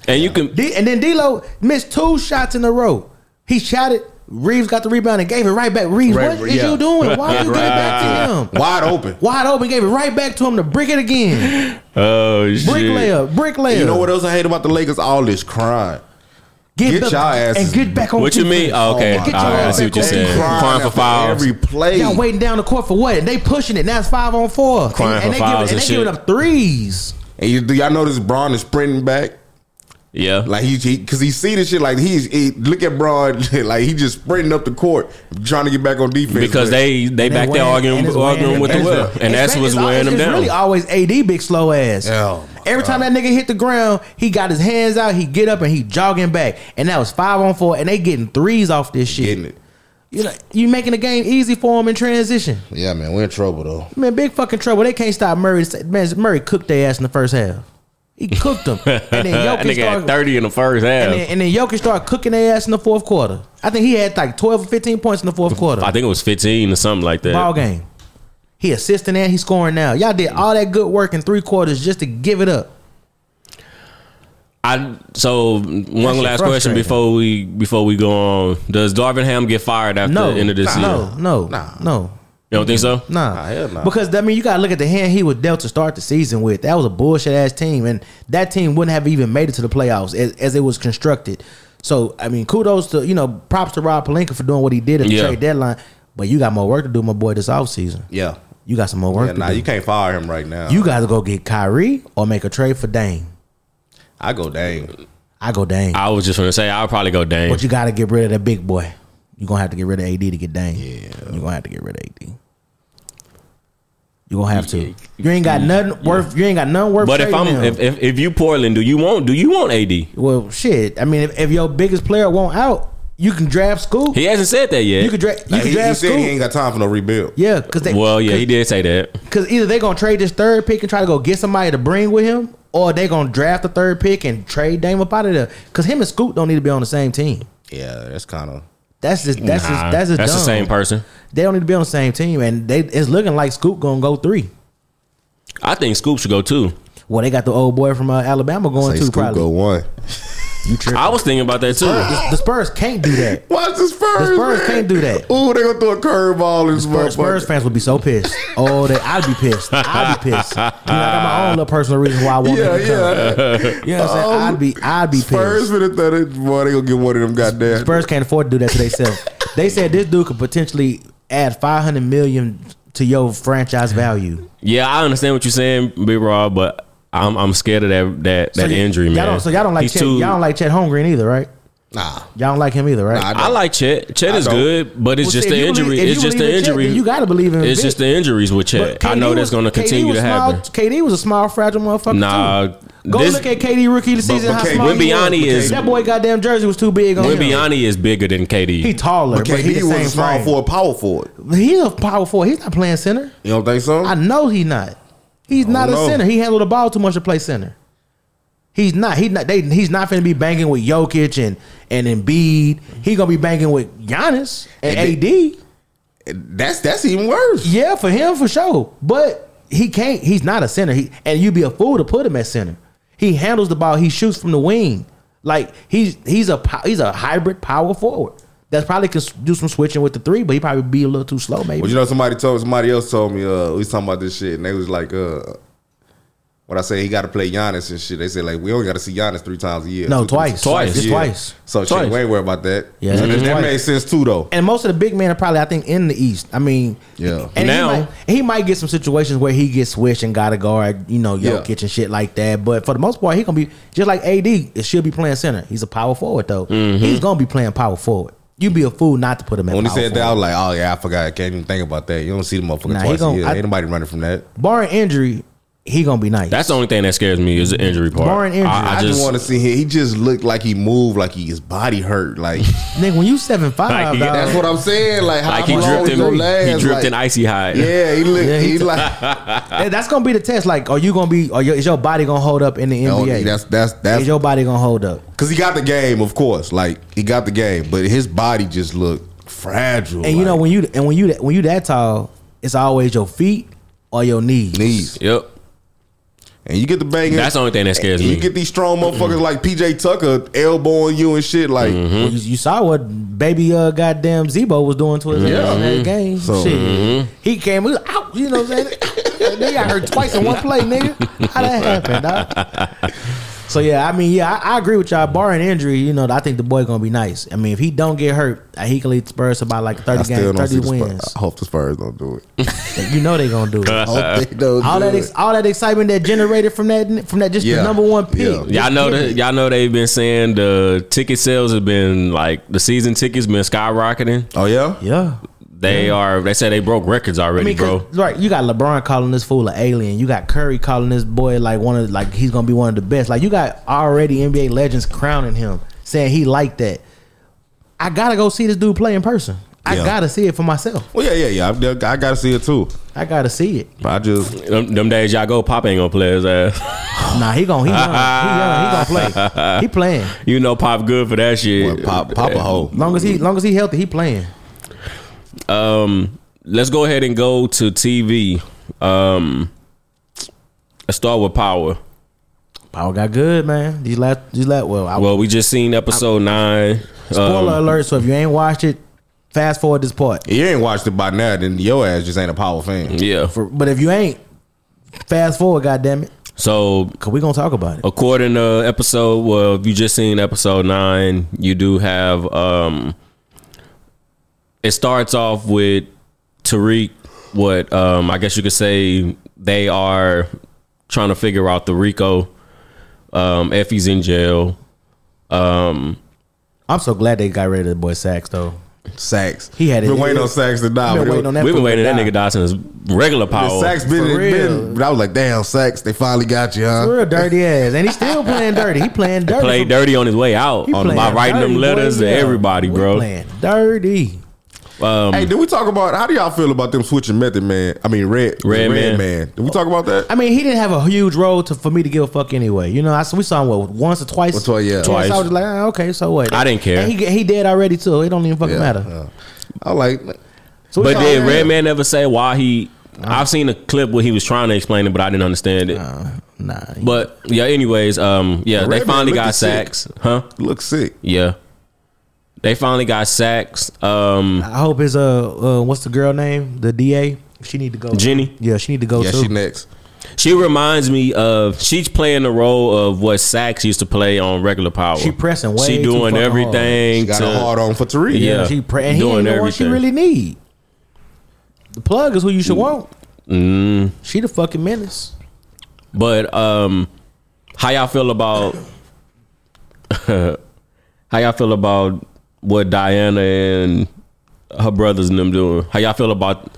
And you can,
D- and then D'Lo missed two shots in a row. He shot it. Reeves got the rebound and gave it right back. Reeves,
Right,
what is
yeah.
you doing? Why you give it back to him?
Wide open.
Wide open, gave it right back to him to brick it again.
oh shit,
Brick layup, brick layup.
You know what else I hate about the Lakers? All this crime. Get
back-
y'all asses-
and get back on.
What you mean?
defense.
Oh, okay,
Oh
all right,
my
God.
I see what you're
They
saying.
crying
Crying for
after
fouls.
Every play.
Y'all waiting down the court for what? And they pushing it. Now it's five on four.
Crying
and,
for
and they
fouls
giving,
and
they
shit.
giving up threes.
And you, do y'all notice Braun is sprinting back?
yeah,
Like he, he cause he see this shit. Like he's he, look at Braun, like he just sprinting up the court, trying to get back on defense.
because
Like,
they they back there
weighing-
arguing
and it's
arguing
weighing
with the
them down.
well, and that's
It's-
what's
it's
weighing
always-
them
It's
down.
really always AD big slow ass.
Oh, my
Every time that nigga hit the ground, he got his hands out, he get up and he jogging back, and that was five on four, and they getting threes off this shit.
getting it.
You know, you making the game easy for him in transition.
Yeah, man, we're in trouble though.
Man, big fucking trouble. They can't stop Murray. Man, Murray cooked their ass in the first half. He cooked them, and then
that
Jokic
nigga had
started.
thirty in the first half.
And then, and then Jokic started cooking their ass in the fourth quarter. I think he had like 12 or 15 points in the fourth quarter.
I think it was fifteen or something like that.
Ball game. He assisting and he's scoring now. Y'all did all that good work in three quarters just to give it up.
I so one
shit
last question
frustrating.
before we before we go on. Does Darvin Ham get fired after
No.
the end of this
nah,
year?
No, no,
Nah.
no.
You don't think so?
Nah.
Nah, hell nah.
Because I mean you gotta look at the hand he was dealt to start the season with. That was a bullshit ass team. And that team wouldn't have even made it to the playoffs as, as it was constructed. So I mean, kudos to you know, props to Rob Palinka for doing what he did at the
Yeah.
trade deadline. But you got more work to do, my boy, this offseason.
Yeah,
You got some more work
yeah.
to
Nah,
do.
you can't fire him right now.
You got to go get Kyrie or make a trade for Dame.
I go dang.
I go Dame.
I was just gonna say I'll probably go Dame.
but you got to get rid of that big boy. You're going to have to get rid of AD to get Dame. Yeah. You're going to have to get rid of AD. You're going to have to. You ain't got nothing worth. You ain't got nothing worth.
but if
trading
I'm
him.
if, if if you Portland, do you want do you want AD? He
well, shit. I mean, if, if your biggest player won't out, you can draft Scoop.
hasn't said that yet.
you can draft. You
Like,
can
he, he
draft
said he ain't
Scoop.
got time for no rebuild.
Yeah, because they.
well, yeah, he did say that.
Because either they're gonna trade this third pick and try to go get somebody to bring with him, or they gonna draft the third pick and trade Dame up out of there. Because him and Scoop don't need to be on the same team.
Yeah, that's kind of.
That's just that's
Nah,
just, that's just
that's the
dumb.
same person.
They don't need to be on the same team, and they it's looking like Scoop gonna go three.
I think Scoop should go too.
Well, they got the old boy from uh, Alabama going
Say
too.
Scoop
Probably
go one.
I was thinking about that too.
the Spurs can't do that.
Watch this Spurs.
The Spurs
man.
can't do that.
Ooh, they gonna throw a curveball in this
Spurs, Spurs
motherfucker.
fans would be so pissed. Oh, they, I'd be pissed. I'd be pissed. You know, I got my own little personal reason why I want
Yeah,
them to come.
yeah.
You know what I'm saying?
Um,
I'd be, I'd be pissed.
Spurs finna throw that boy. They gonna get one of them goddamn.
Spurs can't afford to do that to themselves. they said this dude could potentially add 500 million to your franchise value.
yeah, I understand what you're saying, Big Rob, but I'm I'm scared of that that that
so y-
injury,
y'all
man.
Don't, so y'all don't like
He's
Chet,
too-
y'all don't like Chet Holmgren either, right?
Nah,
Y'all don't like him either, right?
Nah, I
I like Chet. Chet
I
is
don't.
good, but it's
Well,
just
see, if
the
you
injury.
believe- if
it's
you
just
believe
the
in Chet,
injury.
then you gotta believe in
It's
Vic.
just the injuries with
But
Chet. I
KD
know
was-
that's going to
KD
continue
was
to
small-
happen.
KD was a small, fragile motherfucker.
Nah,
too. go
this-
look at KD rookie of the season.
but
how
K-
small he
Wembyanyama
was.
is-
that boy goddamn jersey was too big on him.
Wimbiani is bigger than KD.
He taller, but, he
KD
the
was a
same
small
frame.
forward, power forward.
He's a power forward. He's not playing center.
You don't think so?
I know he's not. He's not a
know.
center. He handled the ball too much to play center. He's not. He not. They, he's not finna be banging with Jokic and and Embiid. He gonna be banging with Giannis and,
And
AD.
That's that's even worse.
Yeah, for him for sure. But he can't. He's not a center. He and you'd be a fool to put him at center. He handles the ball. He shoots from the wing. Like he's he's a pow- he's a hybrid power forward. That's probably could s- do some switching with the three, but he probably be a little too slow. Maybe
Well, you know, somebody told somebody else told me uh, we was talking about this shit, and they was like, uh, "What I say? He got to play Giannis and shit." They said like, "We only got to see Giannis three times a year."
no,
Two-
twice,
Twice,
just
yeah.
twice.
So
Twice.
shit, we ain't worry about that.
Yeah,
So
Mhm.
that
twice.
made sense too, though.
And most of the big men are probably, I think, in the East. I mean,
Yeah.
And
Now-
he might, he might get some situations where he gets switched and got a guard, you know,
Yeah.
Jokic and shit like that. But for the most part, he gonna be just like AD. It should be playing center. He's a power forward though.
Mm-hmm.
He's gonna be playing power forward. You'd be a fool not to put him in.
When he
power
said that, I
forward.
was like, "Oh yeah, I forgot. I can't even think about that. You don't see the motherfucker
Nah, he
twice
gon-
a year.
I-
ain't nobody running from that."
barring injury, he gonna be nice.
That's the only thing that scares me is the injury part.
Barring injury.
I, I
I, just
just
want to see him. He just looked like he moved, like he his body hurt. Like
nigga. When you seven five,
Like, he-
that's what I'm saying. Like how
like he
long
dripped
he
in
gonna
he
last?
dripped
Like,
in icy high.
Yeah, he look.
Yeah, he
he,
t-
like
that's gonna be the test. Like, are you gonna be? Are your, is your body gonna hold up in the
No,
NBA?
oh, that's that's
is
that's
your body gonna hold up?
because he got the game, of course. Like he got the game, but his body just looked fragile.
And you know
like,
when you and when you when you that tall, it's always your feet or your knees.
knees,
Yep.
and you get the banging.
That's the only thing that scares
And you
me.
get these strong motherfuckers like PJ Tucker elbowing you and shit. Like
Well, You, you saw what baby uh goddamn Zebo was doing to his
Yeah.
in that game.
So-
Shit. He came he was out, you know what I'm saying? nigga got hurt twice in one play, nigga. How that happened, dog? So yeah, I mean, yeah, I, I agree with y'all. Barring injury, you know, I think the boy gonna be nice. I mean, if he don't get hurt, uh, he can lead Spurs to about like
I
thirty
still
games,
don't
thirty
see the Spurs.
wins.
I hope the Spurs don't do it.
You know they gonna do it.
I hope they don't
All
do
that,
it.
ex- all that excitement that generated from that, from that, just the
Yeah.
number one pick.
Yeah.
Just
Y'all know
give it.
that y'all know they've been saying the ticket sales have been like the season tickets been skyrocketing.
oh yeah,
Yeah.
They are they said they broke records already,
I mean, 'cause,
bro.
Right, you got LeBron calling this fool an alien. You got Curry calling this boy like one of like he's gonna be one of the best. Like you got already NBA legends crowning him, saying he like that. I gotta go see this dude play in person. I
Yeah.
gotta see it for myself.
Well, yeah, yeah, yeah. I've, I got to see it too.
I gotta see it.
But I just
Them, them days y'all go, Pop ain't gonna play his ass.
Nah, he gon' he young. he young. He gonna play. He playing.
you know, Pop good for that shit.
Boy, pop pop a hole.
Long as he long as he healthy, he playing.
Let's go ahead and go to TV. Um, let's start with Power.
Power got good, man. These last these last well, I,
Well, we just seen episode nine.
spoiler
Um,
alert. So if you ain't watched it, fast forward this part.
If you ain't watched it by now, then your ass just ain't a power fan.
yeah.
For, but if you ain't, fast forward, goddamn it,
So
cause we gonna talk about it.
according to episode well if you just seen episode nine you do have um it starts off with tariq what um i guess you could say they are trying to figure out the rico um if he's in jail
I'm so glad they got rid of the boy Sacks though.
Sacks.
He had it.
Been waiting on Sacks to die.
Been
But
waiting on that
we've been
fool
waiting
to
that nigga
die.
die since regular
The
power
Sacks been,
For real.
been. I was like, damn, Sacks. They finally got you, huh?
Real dirty ass, and he's still playing dirty. He playing dirty.
played dirty on his way out
He
on, by
playing
writing
dirty,
them
boy.
letters to
Yeah.
everybody
We
bro
Playing dirty.
Hey, did we talk about how do y'all feel about them switching method man? I mean, red
Red Man.
Did we talk about that?
I mean, he didn't have a huge role to for me to give a fuck anyway. You know, I we saw him what once or twice.
Or twice, yeah.
Twice.
Twice.
I was like, ah, okay, so what?
I didn't care.
And he he dead already too. It don't even fucking
Yeah,
matter.
yeah. I was like,
So
But
we saw
did
him-
Redman ever say why he?
Uh-huh.
I've seen a clip where he was trying to explain it, but I didn't understand it.
Nah.
But yeah, anyways, um, yeah,
But
they
Redman
finally
looked
got
as sick.
sacks, huh?
look sick.
Yeah, they finally got sacks. Um,
I hope his uh, uh what's the girl name? The DA. She need to go.
Jenny?
Yeah, she need to go
Yeah,
too.
she next.
she reminds me of she's playing the role of what Sacks used to play on Regular Power.
She pressing way
She
too
doing
fucking
everything.
She got a
to-
hard on for Tariq.
Yeah.
Yeah, she pre- and he
doing
ain't the one she
everything.
really need. The plug is who you should want. She the fucking menace.
But um, how y'all feel about how y'all feel about what Diana and her brothers and them doing? How y'all feel about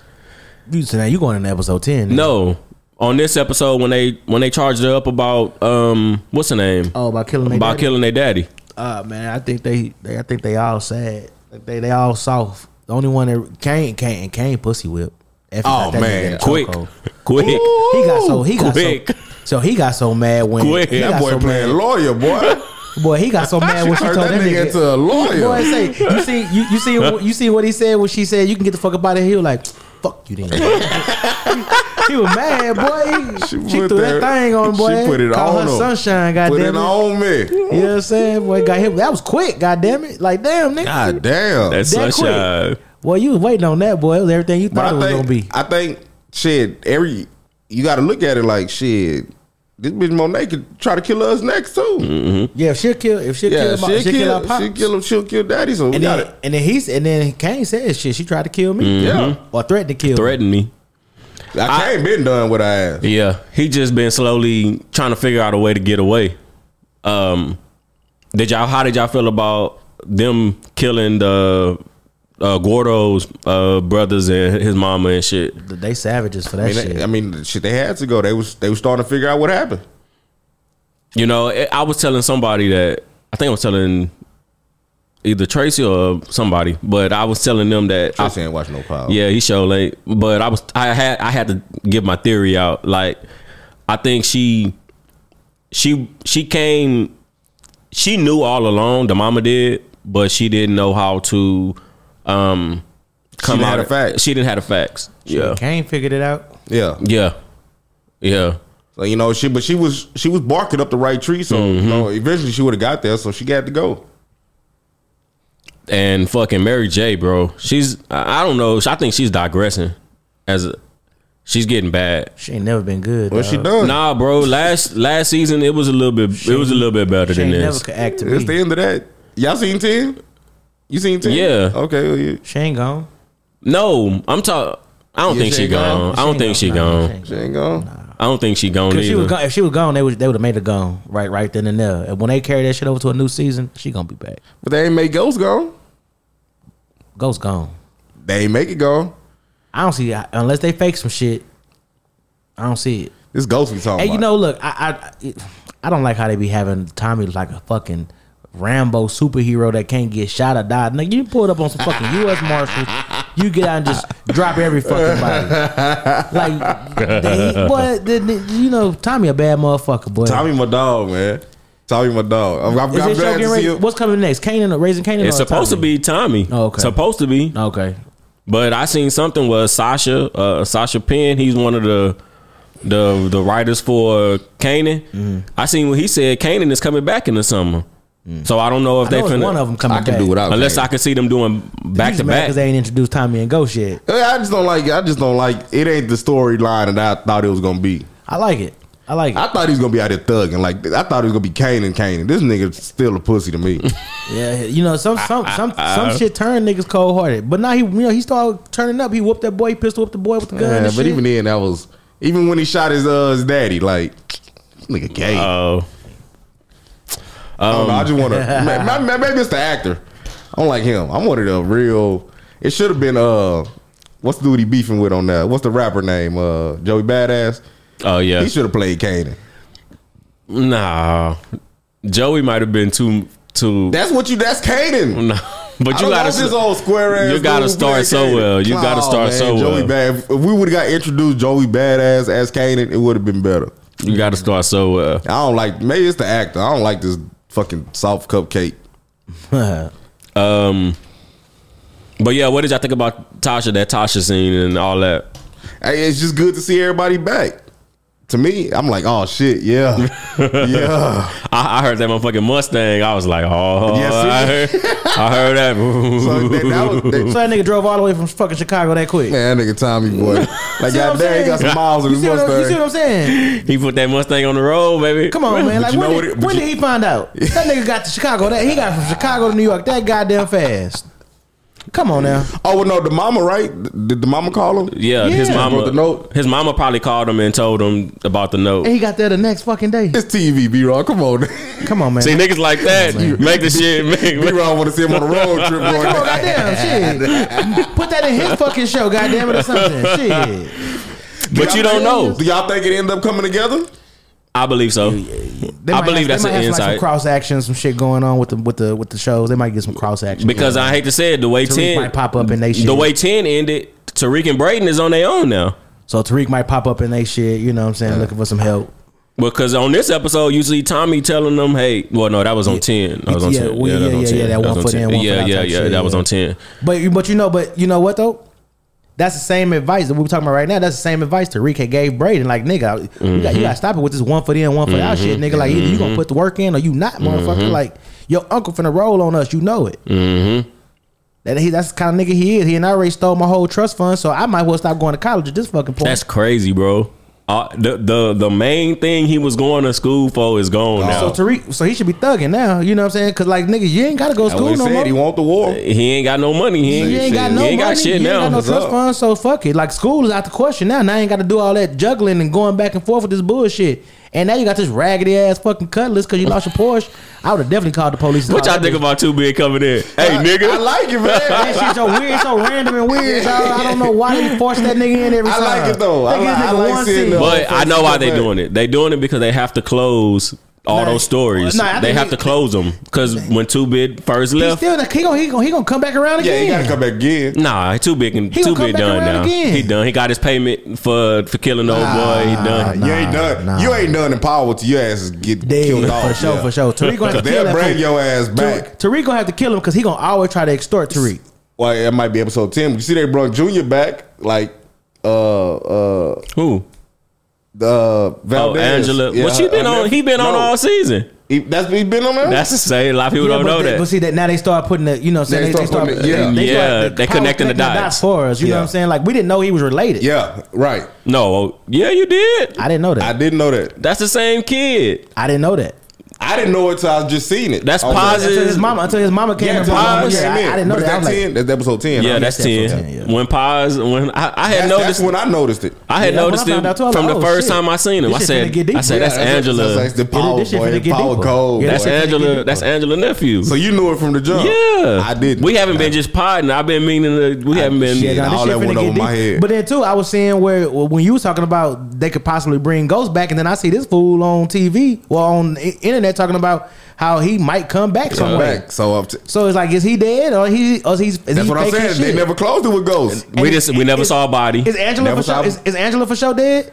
You so now you going in episode ten? now.
No. On this episode, when they when they charged her up about um what's her name
Oh, about killing.
about
About killing.
killing their daddy,
Uh, man, I think they, they, I think they all sad. Like they, they all soft. The only one that Kane, Kane, Kane, pussy whip. Effie
Oh,
got that nigga
man.
in a
quick,
chokehold.
quick,
He got so he got
Quick.
so So he got so mad when
Quick.
he
That
got
That boy
so
playing
mad.
lawyer, boy.
Boy, he got so mad when she
Turned
told
that
that
nigga into a lawyer.
Boy, say you see you, you see what- you see what he said when she said you can get the fuck up out of here. He was Like fuck you then. he was mad, boy. She, threw
put
that, thing on, boy.
She put it
Called
on
her
him.
sunshine.
Put it
Goddamn it.
on me.
You know what I'm saying? Boy, got hit. That was quick. Goddamn it. Like damn, nigga.
God damn.
That's
That
sunshine.
Boy, you was waiting on that, boy. It was everything you
but
thought it
I
was
think
gonna be.
I think shit. Every you got to look at it like shit. This bitch Monet could try to kill us next too.
Mm-hmm.
Yeah, if she'll kill. If she'll
Yeah,
kill. my-
she'll,
she'll kill our
kill.
pops.
she'll kill him. She'll kill daddy. So we
And
got
then,
it. Mm.
and then he's and then Kane said shit. She tried to kill me.
Yeah,
Mm-hmm.
Or threatened to kill. me.
Threaten me.
I ain't been done with our ass.
Yeah, he just been slowly trying to figure out a way to get away. Um, did y'all? How did y'all feel about them killing the uh, Gordo's uh, brothers and his mama and shit?
They savages for that
I mean,
shit.
they, I mean, shit. They had to go. They was they was starting to figure out what happened.
You know, it, I was telling somebody that I think I was telling either Tracy or somebody, but I was telling them that I,
Just ain't watch no power.
Yeah, he showed late. But I was I had I had to give my theory out. Like I think she she she came she knew all along, the mama did, but she didn't know how to um come
didn't
out
have the facts.
She didn't have the facts. Yeah.
Kane figured it out.
yeah.
Yeah. Yeah.
So, you know, she but she was she was barking up the right tree. So
Mm-hmm.
you know, eventually she would have got there. So she got to go.
And fucking Mary J, bro. She's I I don't know. I think she's digressing as a, she's getting bad.
She ain't never been good.
What
dog.
she done?
Nah, bro. Last last season it was a little bit it was a little bit better
She
than
ain't
this.
never could act to
It's the
me.
end of that. Y'all seen ten? You seen ten?
Yeah.
Okay. well, yeah.
She ain't gone.
No, I'm talking. I don't
Yeah,
think
she
she
ain't gone.
gone. I don't think she
Nah, she
gone.
ain't
She ain't gone.
I don't think she gone
If she was
either.
gone, if she was gone, they would they would have made her gone right right then and there. And when they carry that shit over to a new season, she gonna be back.
But they ain't make Ghost go.
Ghost gone.
They ain't make it go.
I don't see unless they fake some shit. I don't see it.
This Ghost we talking
Hey, you
about.
know, look, I I I don't like how they be having Tommy like a fucking Rambo superhero that can't get shot or died. Nigga, you pulled up on some fucking U.S. Marshals, you get out and just drop every fucking body. Like, they, boy, the, the- you know, Tommy a bad motherfucker, boy.
Tommy, my dog, man. Tommy, my dog. I'm, I'm,
Is
I'm
this show
glad
getting
to see
ready?
you.
What's coming next? Kanan, raising Kanan.
It's
or
supposed to
Tommy?
be Tommy.
Oh, okay.
Supposed to be.
Okay,
But I seen something with Sasha, uh, Sasha Penn. He's one of the the the writers for Kanan.
Mm-hmm.
I seen what he said. Kanan is coming back in the summer. So I don't know if
Mm. I
they
know it's
finna.
one of them coming.
I can
back.
do without.
unless I
Kane.
can see them doing back to back.
because they ain't introduced Tommy and Ghost yet.
I just don't like. it. I just don't like. It ain't the storyline that I thought it was gonna be.
I like it. I like it.
I thought he was gonna be out there thugging. Like I thought he was gonna be Kanan. Kanan. This nigga's still a pussy to me.
Yeah, you know some some
Ah,
some some shit turned niggas cold hearted, but now he you know he started turning up. He whooped that boy, he pistol whipped the boy with the gun.
Yeah,
and
but
shit.
even then, that was even when he shot his uh, his daddy. Like this nigga gay.
Oh,
I don't know. I just want to. maybe it's the actor. I don't like him. I wanted a real. It should have been uh, what's the dude he beefing with on that? What's the rapper name? Uh, Joey Badass.
oh yeah.
He should have played Kanan.
Nah, Joey might have been too too.
That's what you. That's Kanan.
No, but you
I don't
gotta
know this old square ass.
you gotta
dude who
start
played
so
Kanan.
well. You gotta
Nah,
start
man,
so
Joey
well.
Bad. If we would have got introduced Joey Badass as Kanan, it would have been better.
you gotta start so well.
I don't like. Maybe it's the actor. I don't like this fucking soft cupcake.
Um, but yeah, what did y'all think about Tasha? That Tasha scene and all that.
Hey, it's just good to see everybody back. To me, I'm like, oh shit, yeah, yeah.
I, I heard that motherfucking Mustang. I was like, oh,
Yes,
I, heard, I heard that.
So that, that was,
so
that,
that nigga drove all the way from fucking Chicago that quick.
man, that nigga Tommy boy, like
See what I'm
goddamn, he
saying?
got some miles in
You
his
see, what, I'm- you see
Mustang.
what I'm saying?
he put that Mustang on the road, baby.
Come on, man. Like
you
when,
know what
did,
it- but
when
you-
did he find out that nigga got to Chicago? That he got from Chicago to New York that goddamn fast. Come on now.
Oh well, no, the mama, right? Did the mama call him?
Yeah, his
Yeah.
mama.
Wrote the note.
His mama probably called him and told him about the note.
And he got there the next fucking day.
It's TV, B Raw. Come on,
Come on, man.
See niggas like that make the shit.
B
Make,
Raw want to see him on a road trip.
Like,
Going
come on, goddamn shit. Put that in his fucking show, goddamn it or something. Shit.
but you don't know.
Do y'all think it end up coming together?
I believe so.
They
I
might
believe
have-
that's
they might
an
have Some, like,
insight.
some cross action, some shit going on with the with the with the shows. They might get some cross action
Because I hate to say it, the way
Tariq
ten
might pop up in they shit.
The way ten ended, Tariq and Braden is on their own now.
so Tariq might pop up in they shit. You know what I'm saying? Looking for some help.
Because on this episode, usually Tommy telling them, "Hey, well, no, that was on ten. That was on
Yeah,
ten.
well,
that was
yeah,
on
yeah,
10.
yeah, that one
was on
foot
10.
in, one
yeah,
foot out
yeah,
type
yeah.
shit,
That was
yeah.
on ten.
But but you know, but you know what though? That's the same advice that we were talking about right now. That's the same advice Tariq had gave Braden. Like, nigga, you, got, you
Mm-hmm.
gotta stop it with this one foot in, one foot out shit, nigga. Like, either you gonna put the work in or you not, motherfucker.
Mm-hmm.
Like, your uncle finna roll on us. You know it. Mm-hmm. That he, that's the kind of nigga he is. He and I already stole my whole trust fund, so I might well stop going to college at this fucking point.
That's crazy, bro. Uh, the the the main thing he was going to school for is gone
so
now.
Tariq, so he should be thugging now. You know what I'm saying? Cause like, nigga, you ain't gotta go to
That's
school
what he
no
said.
more.
He want the war.
he ain't got no money. He ain't,
You ain't got no
he ain't got
money.
shit
you
now.
ain't got no trust
up?
fund, so fuck it. Like school is out the question now. Now I ain't got to do all that juggling and going back and forth with this bullshit. And now you got this raggedy ass fucking cutlass because you lost your Porsche. I would have definitely called the police. and
what
all
y'all
that
think
bitch.
about two big coming in? Hey, nigga,
I like it, man.
That shit so weird, so random and weird. dog. I don't know why they forced that nigga in every
I
time.
like it, though. I
They give
like-
this
I
nigga
like
one
seeing
scene.
the-
But I know why they
Right.
doing it. They doing it because they have to close all
Nah,
those stories.
nah, I
they
think
have
he-
to close them because when Two Big first
He
left,
still, he gonna, he gonna, he gonna come back around
Yeah,
again.
he gotta come back again.
nah, Two Big and
He gonna
Two
come
Big
back
done
around
now.
again.
He done. He got his payment for for killing the old boy. He done.
nah.
you ain't done.
nah.
You ain't done in power till your ass is get
Dead,
killed
for
off.
sure,
yeah.
for sure. Tariq gonna have to kill
They'll
that
bring
fool.
your ass back.
Tariq gonna have to kill him because he gonna always try to extort Tariq.
Well, that might be episode ten. You see, they brought Junior back, like uh uh
Who?
the uh,
Oh,
Valdez.
Angela.
Yeah,
well, she
her-
been
her
on.
nephew-
He been on
No.
all season.
He, that's he been on that.
That's the same. A lot of people
Yeah,
don't
but
know
they- But
that.
see that now they start putting the you know saying they,
They
they
start
start
putting it- yeah.
Yeah,
start-
they connecting the
connecting
dots.
for us. You know
Yeah.
what I'm saying? Like we didn't know he was related.
yeah, right.
No. Yeah, you did.
I didn't know
I
that.
didn't know that.
That's the same kid.
I, didn't know that
I didn't know it till I just seen it.
That's
I was like-
positive.
until his mama until his mama came.
Yeah,
and
till
brought him
Paz
over.
came
Yeah, I,
in.
I didn't know
But
that. I
That's
was like,
ten. That's episode ten.
Yeah,
I-
that's
that's
ten.
episode 10, yeah.
When Paz, when I, I had
That's, that's
noticed,
when I noticed it.
I had
Yeah,
noticed
when
him
I found out too, I was
from
like,
the
oh,
first
shit.
time I seen him.
This
I
shit
said,
finna get deep.
I said
Yeah,
that's, Angela.
That's like the power,
this shit
boy,
finna get
power
deeper.
gold.
Yeah,
boy.
That's
Shit finna
Angela.
get
That's Angela nephew.
so you knew it from the jump.
yeah,
I didn't.
We haven't been just podding. I've been meaning to. We haven't been.
Yeah,
shit,
nah, this
all
shit
that
finna
went
get
over my
deep.
head.
But then too, I was seeing where when you was talking about they could possibly bring Ghost back, and then I see this fool on TV or on the internet talking about how he might come back
Come
some way.
back. So up to,
So it's like, is he dead or he? Or is he is
that's
he
what I'm
faking
saying. They
shit?
never closed it with ghosts.
we just we never
is-
saw a body.
Is Angela
Never
for sure?
saw-
Is, is Angela for sure dead?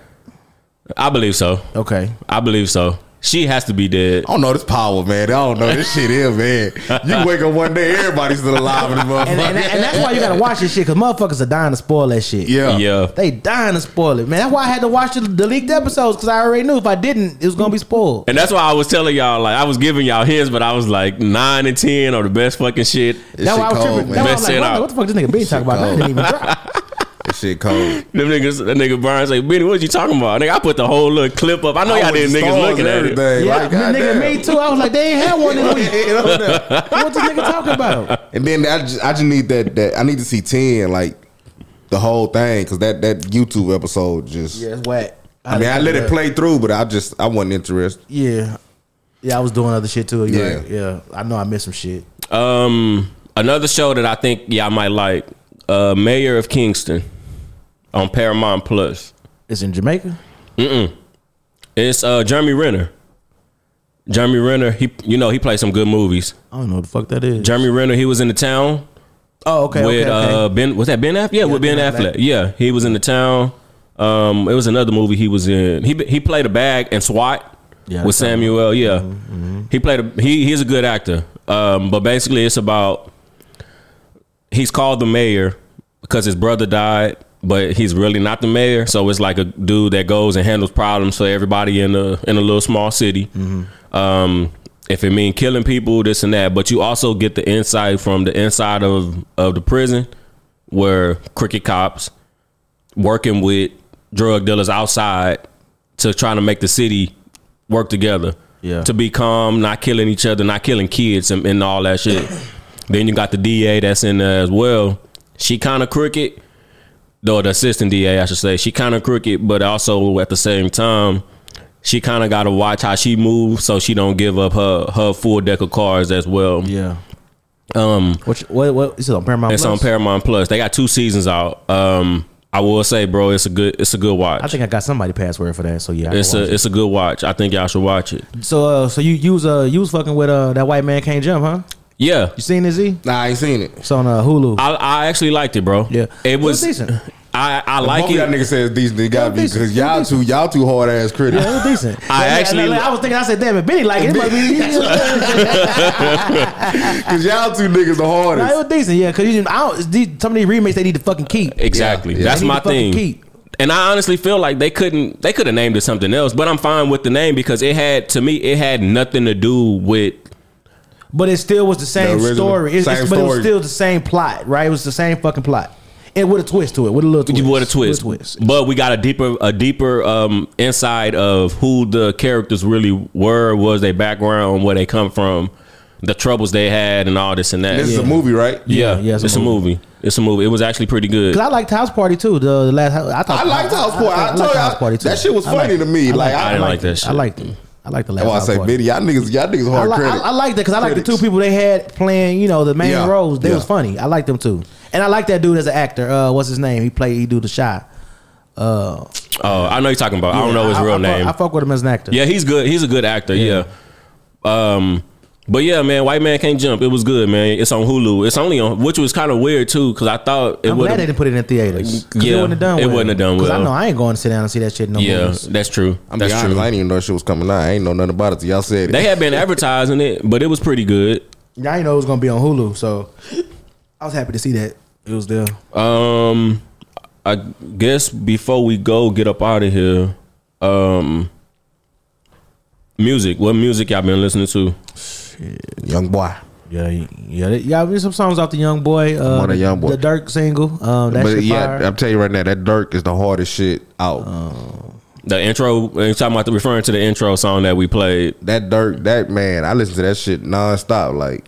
I believe so.
Okay.
I believe so. She has to be dead.
I don't know this power, man. I don't know this shit is, man. You wake up one day, everybody's still alive in the motherfucker.
And, and, and that's why you gotta watch this shit because motherfuckers are dying to spoil that shit.
Oh, yeah.
Yeah.
They dying to spoil it, man. That's why I had to watch the, the leaked episodes because I already knew if I didn't, it was gonna be spoiled.
And that's why I was telling y'all, like, I was giving y'all hints, but I was like, nine and ten are the best fucking shit.
shit
That's why I was
cold,
tripping. That's
man.
why I was
Best shit
like, what,
out.
the- what the fuck this nigga been talking about? That
cold.
didn't even drop.
That shit cold.
Them niggas, that nigga Brian say, Benny, what you talking about? Nigga, I put the whole little clip up. I know y'all
I was
didn't niggas
stars
looking
and
at it.
everything.
Yeah,
Like,
man,
goddamn.
nigga, me too. I was like, they ain't had one this week.
You know that.
What this nigga talking about?
And then I just, I just need that that I need to see ten like the whole thing because that that YouTube episode just.
Yeah, it's whack.
I mean, I let it play through, but I just I wasn't interested.
Yeah, yeah. I was doing other shit too. you
Yeah.
right. yeah. I know I missed some shit.
Um, another show that I think y'all might like, uh, Mayor of Kingston on Paramount Plus.
It's in Jamaica.
It's uh Jeremy Renner. Jeremy Renner, he you know he played some good movies.
I don't know what the fuck that is.
Jeremy Renner, he was in the town
oh, okay.
with
okay, okay.
uh Ben. Was that Ben Affleck? Yeah, with Ben
Ben
Affleck.
Affleck.
Yeah, he was in the town. Um, it was another movie he was in. He he played a bag in SWAT
Yeah,
with
that's right. Mm-hmm,
Samuel. Yeah, he played. A, he he's a good actor. Um, but basically, it's about he's called the mayor because his brother died, but he's really not the mayor. So it's like a dude that goes and handles problems for everybody in a in a little small city.
Mm-hmm.
Um, if it mean killing people, this and that, but you also get the insight from the inside of of the prison, where crooked cops working with drug dealers outside to trying to make the city work together.
Yeah.
To be calm, not killing each other, not killing kids and, and all that shit. then you got the DA that's in there as well. She kind of crooked, though the assistant DA, I should say. She kind of crooked, but also at the same time, she kind of got to watch how she moves so she don't give up her her full deck of cards as well.
yeah.
Um,
What? you- What? What? Is it on Paramount?
it's
Plus?
on Paramount Plus. They got two seasons out. Um, I will say, bro, it's a good it's a good watch.
I think I got somebody password for that. So yeah. I
it's
can watch
a it's a good watch. I think y'all should watch it.
it. so uh, so you you was uh you was fucking with uh that white man can't jump, huh?
Yeah,
You seen this? Z?
Nah, I ain't seen it.
It's on uh, Hulu.
I I actually liked it, bro.
Yeah.
it
It
was.
was decent.
I I, I like
Both of y'all
it.
niggas says decent. They gotta be
decent,
because y'all too y'all too hard ass critics.
Yeah, it was decent.
I
Yeah,
actually-
and I, I was thinking. I said, "Damn it, Benny like it. it might be,
Because y'all two niggas the
Nah, it
hardest.
was decent, yeah. Because you didn't. I don't, these- some of these remakes they need to fucking keep.
Exactly.
Yeah, yeah.
That's
They need
my
to
thing.
fucking keep.
And I honestly feel like they couldn't. They could have named it something else, but I'm fine with the name because it had to me. It had nothing to do with.
But it still was the same
original-
story. It's- it's-
same
but it was
story.
still the same plot, right? It was the same fucking plot. And with a twist to it, with a little twist.
What a twist!
With a twist.
But we got a deeper, a deeper um, inside of who the characters really were, was their background, where they come from, the troubles they had, and all this and that.
This is a
Yeah.
movie, right?
Yeah,
Yeah, yeah,
it's, a movie. It's a movie. It was actually pretty good.
Because I liked House Party too. The, the last I thought
I liked House Party. I,
liked
told y'all
House Party, too.
that shit was
I liked
funny
it.
to me. like
I
I,
didn't
like.
like that shit.
I liked it. I liked the last.
That's why I
House
say,
Party.
Benny, y'all niggas, y'all niggas hard
I, like, I,
critics.
I like that because I like the two
Critics.
people they had playing, you know, the main
Yeah.
roles. They was
Yeah.
funny. I like them too, and I like that dude as an actor. Uh, what's his name? He played. He do the shot. Uh,
Oh, I know you're talking about. I don't know his real
I,
name.
Fuck, I fuck with him as an actor.
yeah, he's good. He's a good actor. Yeah. Um, but yeah, man, White Man Can't Jump. It was good, man. It's on Hulu. It's only on, which was kind of weird too, because I thought it
I'm glad they
would.
didn't put it in theaters. 'Cause
Yeah,
it wouldn't have done.
it
well.
wouldn't have done
'Cause I
well.
know I ain't going to sit down and see that shit no more.
Yeah, that's true.
I'm
that's
that's
true.
I didn't even know shit was coming out. I ain't know nothing about it till y'all said it.
They had been advertising it, but it was pretty good.
I didn't know it was gonna be on Hulu, so I was happy to see that it was there.
Um, I guess before we go, get up out of here. Um, music. What music y'all been listening to?
Young boy.
Yeah, you- yeah, they- yeah. There's some songs off the Young Boy, uh,
on
the
the Young Boy.
the Dirk single. Um, that
But
shit
yeah,
fire. Uh,
I'm telling you right now, that Dirk is the hardest shit out.
The intro. Talking about the, referring to the intro song that we played.
that Dirk, that man, I listen to that shit nonstop. Like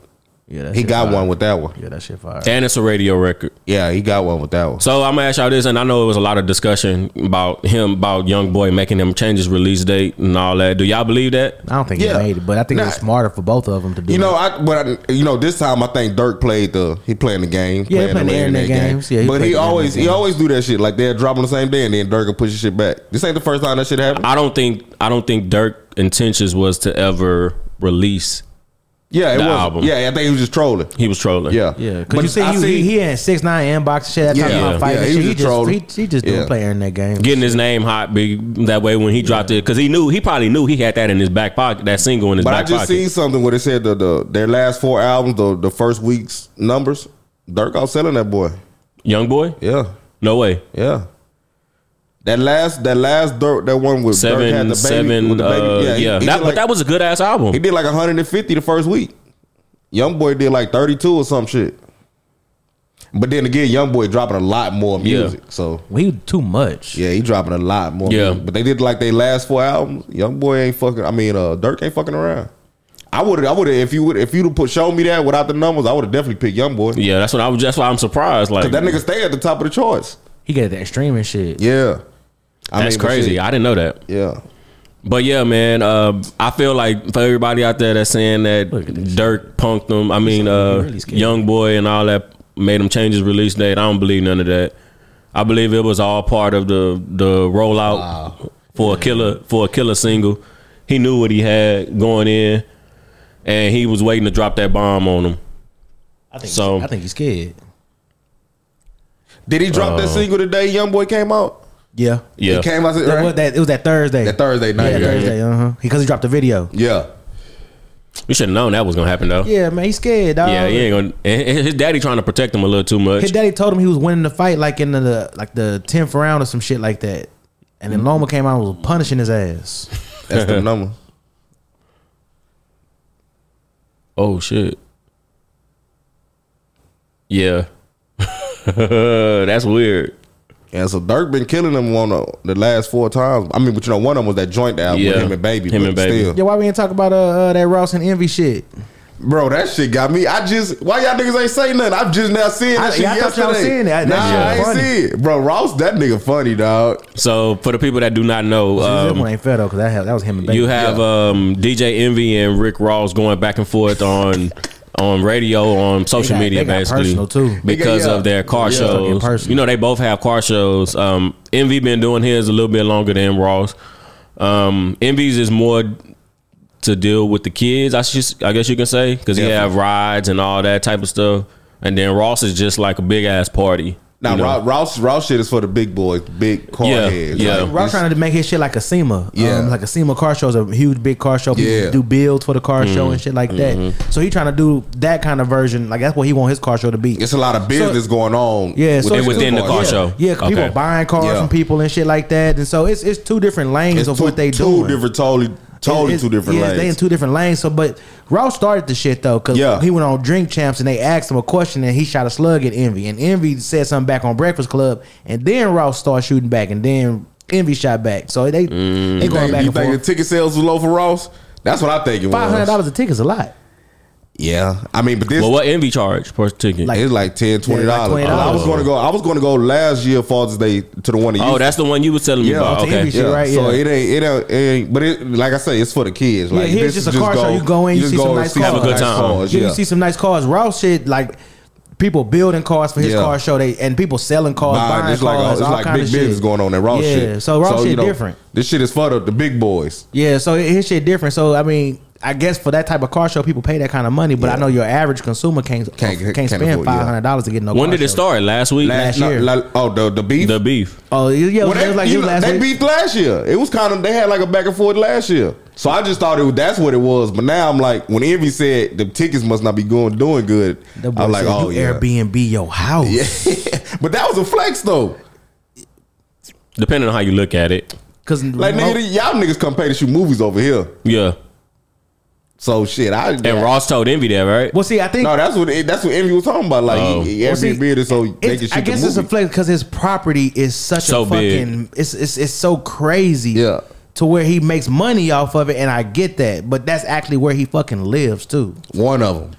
yeah, that
he
shit
got
fire.
one with that one.
Yeah, that shit fire.
And it's a radio record.
Yeah, he got one with that one.
So I'm gonna ask y'all this, and I know it was a lot of discussion about him, about Young Boy making him change his release date and all that. Do y'all believe that?
I don't think
Yeah.
he made it, but I think it was
Nah.
smarter for both of them to do.
You know,
it.
I but I, you know this time I think Dirk played the he playing the game,
Yeah, he played the internet games. Yeah, he
but
played
he
the internet
always he
games.
always do that shit. Like they'll drop on the same day and then Dirk will push his shit back. This ain't the first time that shit happened.
I don't think I don't think Dirk intentions was to ever release.
yeah, it
the
was.
album.
Yeah, I think he was just trolling.
He was trolling.
Yeah,
yeah,
But
because you see,
I
he, he, he had six nine inbox and shit. That
Yeah.
time
Yeah.
about fighting
Yeah,
and
he
shit.
was
He
just
just,
trolling.
he, he just
Yeah.
doing player in that game.
Getting his name hot, big that way when he dropped it, because he knew he probably knew he had that in his back pocket, that single in his
But I
back
just
pocket.
seen something where they said the, the their last four albums, the the first week's numbers, Dirk outselling that boy.
Young boy,
Yeah,
no way.
yeah. That last that last Dirk that one with Dirk had the
Seven,
baby,
seven,
with the baby.
uh, yeah.
he- he
That-
did
but
like-
that was a good ass album.
He did like 150 the first week. Young boy did like 32 or some shit. But then again, Young boy dropping a lot more
Yeah.
music. So
Well, he was too much.
yeah, he dropping a lot more.
Yeah.
music. But they did like they last four albums. Young boy ain't fucking. I mean, uh, Dirk ain't fucking around. I would. I would. If you would. If you'd have put show me that without the numbers, I would have definitely picked Young boy.
yeah, that's what I was. That's why I'm surprised. Like
That nigga stay at the top of the charts.
He got that streaming shit.
Yeah. I
that's
mean, but
crazy.
shit,
I didn't know that.
yeah.
But yeah, man, uh, I feel like for everybody out there that's saying that
Look at this
Dirk punked them, I mean, uh,
really scared.
Young Boy and all that made him change his release date. I don't believe none of that. I believe it was all part of the the rollout for a killer for a killer single. He knew what he had going in, and he was waiting to drop that bomb on him.
I think.
So-
I think he's scared.
Did he drop that single today? Young boy came out.
Yeah.
Uh, Yeah,
It came out.
That, was
Right?
that, it was that Thursday.
That Thursday night,
Yeah,
yeah,
Thursday. Uh huh. Because he dropped the video.
Yeah.
you should have known that was gonna happen though. Yeah,
Yeah, man, he's scared. Dog.
he ain't gonna. and- and His daddy trying to protect him a little too much.
His daddy told him he was winning the fight like in the like the tenth round or some shit like that. And then Loma came out and was punishing his ass.
That's the number.
Oh shit. Yeah. That's weird.
And so Dirk been killing them on the, the last four times. I mean, but you know, one of them was that joint album
Yeah.
with him and Baby.
Him
but
and Baby.
Yeah, why we ain't talk about uh, uh that Ross and Envy shit?
Bro, that shit got me. I just why y'all niggas ain't say nothing. I'm just now seeing that
I-
shit
yeah, I thought
yesterday.
y'all seen that. That
nah,
shit
I ain't
funny.
see it, bro. Ross, that nigga funny dog.
So for the people that do not know,
this
um,
one ain't fair though, because that, ha- that was him and Baby.
you have um, DJ Envy and Rick Ross going back and forth on on radio, on social
got-
media,
they got
basically,
personal, too.
because
Yeah.
of their car
Yeah. Fucking
shows.
personal.
You know, they both have car shows. Um, Envy been doing his a little bit longer than Ross. Um, Envy's is more to deal with the kids. I should, I guess you can say, because he
Definitely.
have rides and all that type of stuff. And then Ross is just like a big ass party.
Now,
know.
Ross, Ross, Ross shit is for the big boys, big car
Yeah,
heads.
yeah.
Like,
Ross trying to make his shit like a SEMA.
Yeah.
Um, like a SEMA car show is a huge big car show. People
Yeah.
do builds for the car
Mm-hmm.
show and shit like that. So he trying to do that kind of version. Like that's what he want his car show to be.
it's a lot of business going on.
Yeah, so
these
it's
within
two
the
cars.
car
yeah,
show.
Yeah, 'cause people
Okay.
are buying cars
Yeah.
from people and shit like that. And so it's it's two different lanes
It's
of
two,
what they
two
do.
different, totally, totally
It's-
two different
yeah,
lanes.
They in two different lanes. So, but Ross started the shit though, because
Yeah.
he went on Drink Champs and they asked him a question and he shot a slug at Envy and Envy said something back on Breakfast Club and then Ross started shooting back and then Envy shot back. So
Mm.
they they
you
going
think,
back
you
and
think the
forth.
ticket sales was low for Ross? That's what I think it was.
Five hundred dollars a ticket's a lot.
Yeah, I mean, but this
Well, what envy charge per ticket?
Like-
it's like 10 twenty
Yeah, like
dollars. I was
$20.
going to go. I was going to go last year Father's Day to the one. That
oh, that's the one you was telling me
Yeah.
about.
Oh,
to
Okay.
envy shit, right?
So
Yeah.
it ain't, it ain't, it ain't, but it, like I say, it's for the kids.
Yeah,
Like,
here's
this
just a
is
car show. You go in, you
just
see
go
some
and
nice
see some
cars. Have a good
nice
time.
cars,
Yeah,
yeah.
you see some nice cars. Ross shit like people building cars for his
Yeah.
car show. They and people selling cars,
Nah,
buying
it's like,
cars,
oh, it's
all
like
kind
big
of
business
shit.
going on at Raw
yeah,
shit.
so Raw
you
shit
know,
different.
This shit is for the, the big boys.
Yeah, so his shit different. So I mean, I guess for that type of car show, people pay that kind of money. But I know your average consumer can't
Can't-
can't,
can't
spend
afford, yeah.
five hundred dollars to get no.
when
car
did it
show.
start? Last week.
Last
no,
year.
like- oh, the the beef.
the beef.
Oh yeah,
well,
it
they,
was like
you
you
know,
last
they
week.
beefed last year. It was kind of they had like a back and forth last year. So I just thought it was, that's what it was. But now I'm like, when Envy said the tickets must not be going doing good,
That boy
I'm like,
said,
oh
you
yeah.
Airbnb your house.
Yeah. but that was a flex though.
Depending on how you look at it.
Cause
Like nigga, y'all niggas come pay to shoot movies over here.
Yeah.
So shit, I and
And Ross told envy that, right?
well, see, I think
No, that's what that's what Envy was talking about. Like
Oh.
he, he
Well, see,
Airbnb it so they can
it's-
shoot
I guess
the
it's
movie.
a flex because his property is such
So
a
big.
fucking it's, it's it's so crazy.
Yeah.
To where he makes money off of it, and I get that, but that's actually where he fucking lives too.
One of them.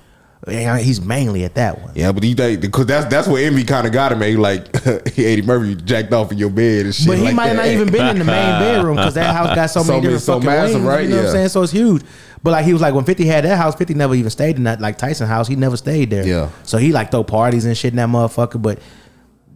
And he's mainly at that one.
Yeah, but you think because that's that's what envy kind of got him. Man. Like Eddie Murphy jacked off in your bed and shit.
But he
like
might
that.
not even been in the main bedroom because that house got so,
So
many
many-
different
so
fucking
massive,
wings,
right?
You know what
Yeah.
I'm saying? So it's huge. But like he was like when Fifty had that house, Fifty never even stayed in that like Tyson house. He never stayed there.
Yeah.
So he like throw parties and shit in that motherfucker. But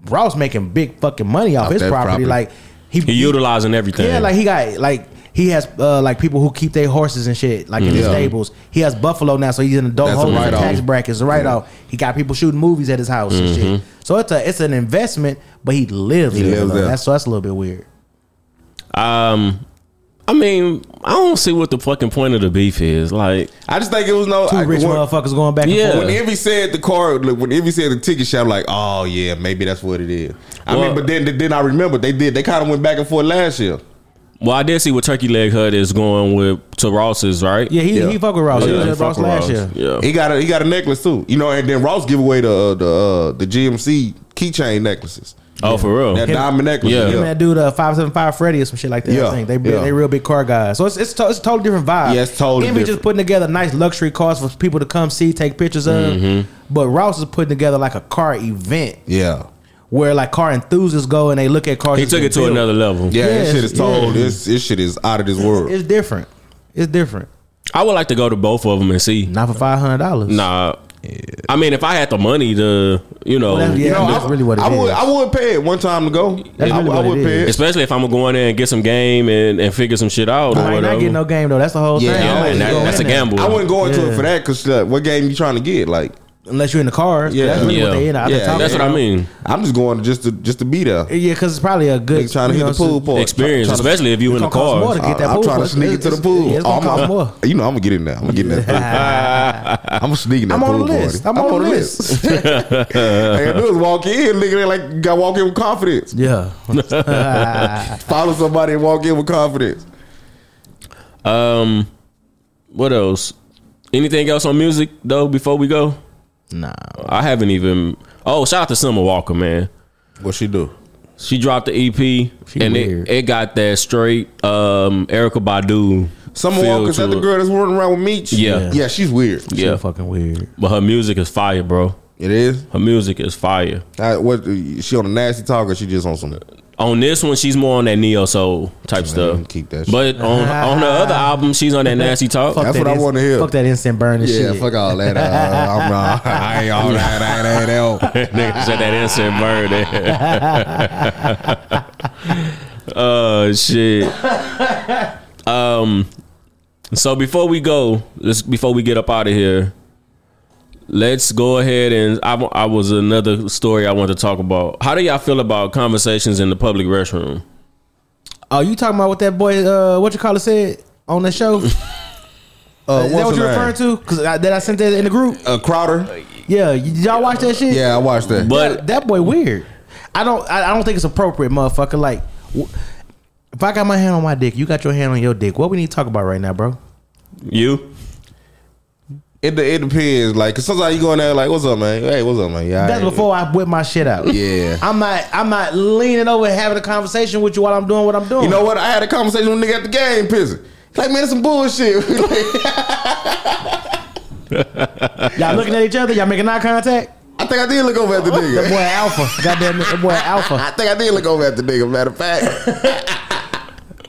Ross making big fucking money off
Off
his
that
property.
property.
Like
He utilizing everything.
Yeah, like he got like he has uh, like people who keep their horses and shit like in the
Yeah.
stables. He has buffalo now, so he's in adult
That's a
holders and
write-off.
tax brackets. A write off. He got people shooting movies at his house and shit. So it's a it's an investment, but he lives.
Mm-hmm. He
there,
lives
though.
there.
That's so that's a little bit weird.
Um, I mean, I don't see what the fucking point of the beef is. Like,
I just think it was no
Two
I-
rich
when,
motherfuckers going back and
Yeah.
forth.
When envy said the car, look, when envy said the ticket shop, like, oh yeah, maybe that's what it is. I
Well-
mean, but then then I remember they did. They kind of went back and forth last year.
well, I did see what Turkey Leg Hut is going with to Ross's, right?
Yeah, he
Yeah.
he fuck with Ross.
Yeah,
he was
he
at Ross
fuck with
last
Ross.
year.
Yeah.
He got a he got a necklace too, you know. And then Ross give away the uh, the uh, the GMC keychain necklaces,
Oh, for real.
that
Him-
diamond necklace.
Yeah.
Him and that dude, uh, five seven five Freddy or some shit like that.
Yeah,
I think they big-
yeah.
they real big car guys. So it's it's, to, it's a totally different vibe.
Yeah, it's totally
Envy
different.
just putting together nice luxury cars for people to come see, take pictures of.
Mm-hmm.
But Ross is putting together like a car event
yeah.
where like car enthusiasts go and they look at cars.
He
that's
took
been
it to
built.
another level.
Yeah,
Yes,
this shit is told.
yeah.
This this shit is out of this world.
It's different. It's different.
I would like to go to both of them and see.
Not for five hundred dollars.
Nah. I mean, if I had the money to, you know,
Well, that's- yeah.
You know,
that's
I,
really what it
I would
is.
I would pay it one time to go.
That's
I,
really
I
what
would
it
pay
is.
it.
especially if I'm going in and get some game and, and figure some shit out or
I ain't
whatever.
not getting no game though. That's the whole
Yeah,
thing.
I
I
yeah,
might
and
just
that,
oh, go
that's a
in there.
gamble.
I wouldn't go into it
Yeah.
for that because what game you trying to get? Like
Unless you're in the cars.
Yeah.
Yeah, that's really what
Yeah.
they in. I've been
Yeah,
talking
That's what I
about.
mean.
I'm just going just to just to be there.
Yeah, because it's probably a good
Nigga trying to
you
hit
know,
the pool
it's-
part.
Experience,
Trying to-
especially if you in the
It's gonna cost
car.
more to get that
I'm
pool.
trying to sneak it to the pool. Oh,
It's gonna
I'm-
cost more.
You know I'm gonna get in there. I'm gonna get in there. I'm gonna sneak in that
I'm on
pool
the list.
party.
I'm on
the
the list.
Hey, dudes walk in, nigga. They like got walk in with confidence.
Yeah.
Follow somebody and walk in with confidence.
Um, what else? Anything else on music though? Before we go,
nah.
I haven't even. Oh, shout out to Summer Walker, man.
What she do?
She dropped the EP
She
and
weird.
it, it got that straight um Erica Badu.
Summer
feel
Walker's
to
that the
it.
girl that's running around with Meech.
Yeah.
yeah, she's weird.
Yeah,
Fucking weird.
but her music is fire, bro.
It is.
Her music is fire.
I, what she on a nasty talk or she just on some?
On this one, she's more on that neo soul type stuff.
keep that shit.
But on on her other album, she's on that nasty talk.
Fuck
That's
that
what I
ins-
wanna hear.
Fuck that instant burning
Yeah,
shit.
fuck all that. Uh, I'm not. I ain't all that. I ain't, I ain't all.
Nigga said that instant murder. Oh shit. Um. So before we go, let's before we get up out of here, Let's go ahead and I, wa- I was another story I want to talk about. How do y'all feel about conversations in the public restroom?
Oh, you talking about what that boy, uh, what you call it, said on that show? Is
Uh,
that what
what's
you're
her name?
referring to? Because that I sent that in the group.
Uh, Crowder.
Yeah, y- did y'all watch that shit?
Yeah, I watched that.
But
that boy weird. I don't. I, I don't think it's appropriate, motherfucker. Like, w- if I got my hand on my dick, you got your hand on your dick. What we need to talk about right now, bro?
you,
it, it depends. Like, 'cause sometimes you go in there like, "What's up, man? Hey, what's up, man? Yeah,
That's before I whip my shit out.
Yeah.
I'm not. I'm not leaning over and having a conversation with you while I'm doing what I'm doing.
You know what? I had a conversation with a nigga at the game pissing. He's Like, man, it's some bullshit.
y'all looking at each other. Y'all making eye contact.
I think I did look over at the
That boy
nigga.
alpha. Goddamn it, that boy
I
alpha.
think I did look over at the nigga. Matter of fact,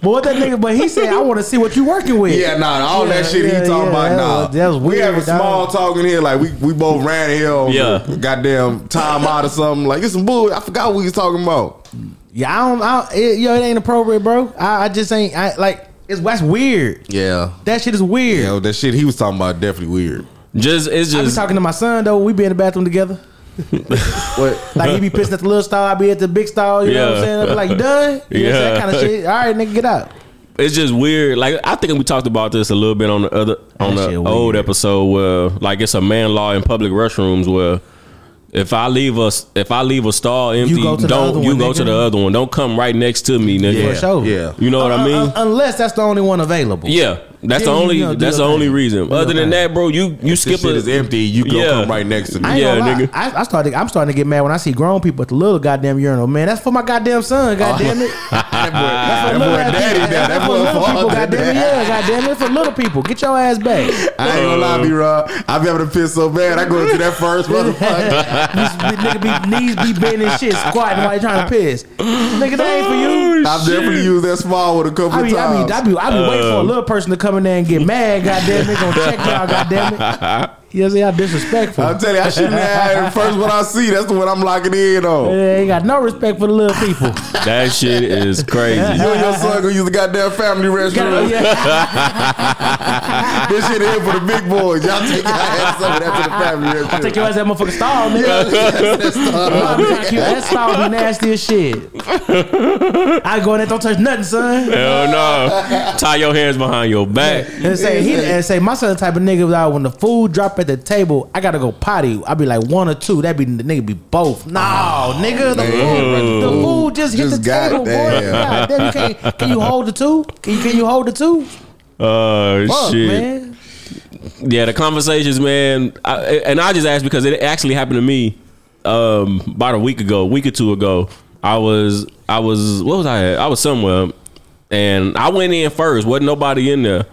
But what that nigga? But he said, I want to see what you working with.
yeah, nah, all
Yeah,
that shit
yeah,
he talking
yeah,
about,
that
nah.
was- that was
We
weird,
having small
dog.
talk in here, like we we both ran here, on
Yeah.
goddamn time out or something. Like it's some bull. I forgot what we was talking about.
Yeah, I don't. I don't it, yo, it ain't appropriate, bro. I, I just ain't. I like. It's that's weird.
Yeah,
That shit is weird.
you know that shit he was talking about definitely weird.
just it's
I be
just
talking to my son though. We be in the bathroom together.
What?
Like he be pissing at the little stall, I be at the big stall. You know what I'm
Yeah.
saying? I be like, you done? You know,
Yeah.
that kind of shit. All right, nigga, get out.
it's just weird. Like I think we talked about this a little bit on the other on
That shit
the old
weird.
episode where like it's a man law in public restrooms where if I leave us if I leave a stall empty,
go to the
don't
other
you
one,
go to
nigga.
the other one. Don't come right next to me, nigga.
For sure.
Yeah.
You know what I mean?
Un- unless that's the only one available.
yeah. That's
uh, Yeah,
the
you
only
know, do
that's the
your
only
thing.
reason.
Do your
Other than
thing.
that, bro, you you skip
This shit
it.
is empty. You go
Yeah.
come right next to me.
I ain't
Yeah,
gonna lie.
nigga.
I, I started. I'm starting to get mad when I see grown people at the little goddamn urinal. Man, that's for my goddamn
Oh.
son. Goddamn it.
That boy,
For
that Ah, boy
little ass
daddy
people.
now. That
for
boy
little people.
father
Goddamn it.
now.
Yeah, goddamn it. For little people, get your ass back.
I ain't gonna lie, B Rod.
Uh.
I be having to piss so bad. I go into that first motherfucker.
This nigga be knees be bent and shit, squatting while he trying to piss. Nigga, that ain't for you.
I've definitely used that small one a couple
I be, I
times.
be, I be, I be waiting
Uh.
for a little person to come in there and get mad. Goddamn it, gonna check me out. Goddamn it. You know, see how disrespectful.
I'm telling you, I shouldn't have had it. First one I see, that's the one I'm locking in on.
Yeah, ain't got no respect for the little people.
that shit is crazy.
You and your son gonna use the goddamn family
Got-
restroom.
yeah.
This shit here for the big boys. Y'all take your ass over there to the family restroom.
Take your ass that motherfucking stall, nigga. Nah, I'm trying to keep- that stall be nasty as shit. I go in there, don't touch nothing, son.
Hell no. Tie your hands behind your back.
And say he and say my son the type of nigga that when the food drop at the table, I gotta go potty. I be like one or two. That be the nigga be both. No, nigga, the food, the food Oh, just hit
Just
the table, boy.
goddamn.
God, damn, you can't, can you hold the two? Can you, can you hold the two?
Oh
Fuck,
shit.
man.
Yeah, the conversations, man. I, and I just asked because it actually happened to me um, about a week ago, week or two ago. I was, I was, what was I? At? I was somewhere, and I went in first. wasn't nobody in there,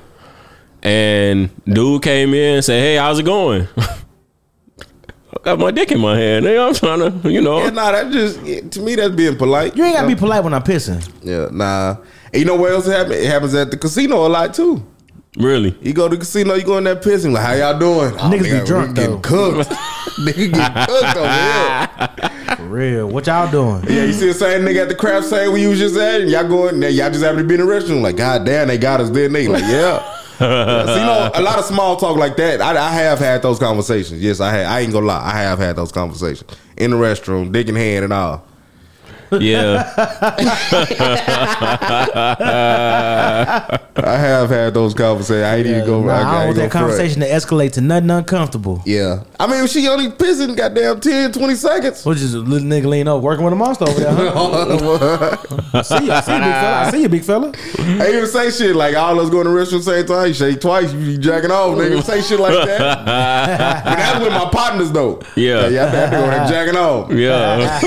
and dude came in and said, "Hey, how's it going?" I got my dick in my hand. Nigga, I'm trying to, you
Yeah,
know.
nah, that just yeah, to me that's being polite.
You ain't gotta be polite when I'm pissing.
Yeah, nah. And you know what else happens? It happens at the casino a lot too.
Really,
You go to the casino, you go in there pissing. Like, how y'all doing? Oh,
Niggas be
nigga,
drunk,
we getting cooked. Nigga getting cooked over here.
For real. What y'all doing?
Yeah, you see the same nigga at the craft sale we was just at, and y'all going there, y'all just happen to be in the restroom. Like, god damn, they got us there, nigga. Like, yeah. Yeah, so, you know, a lot of small talk like that. I, I have had those conversations. Yes, I had. I ain't gonna lie. I have had those conversations in the restroom, dick in hand and all.
yeah.
I have had those conversations. I ain't even go.
Nah, I
I
don't want
ain't gonna
that
front.
conversation to escalate to nothing uncomfortable.
Yeah, I mean, she only pissing goddamn 10, 20 seconds.
So just a little nigga lean over, working with a monster over there. Huh? I see you, I see you, big fella. I see you, big fella.
I even say shit like all us going to the restroom at the same time. You shake twice, you be jacking off, nigga. Say shit like that. but that's with my partners though.
Yeah.
yeah, I have to go there jacking off.
Yeah,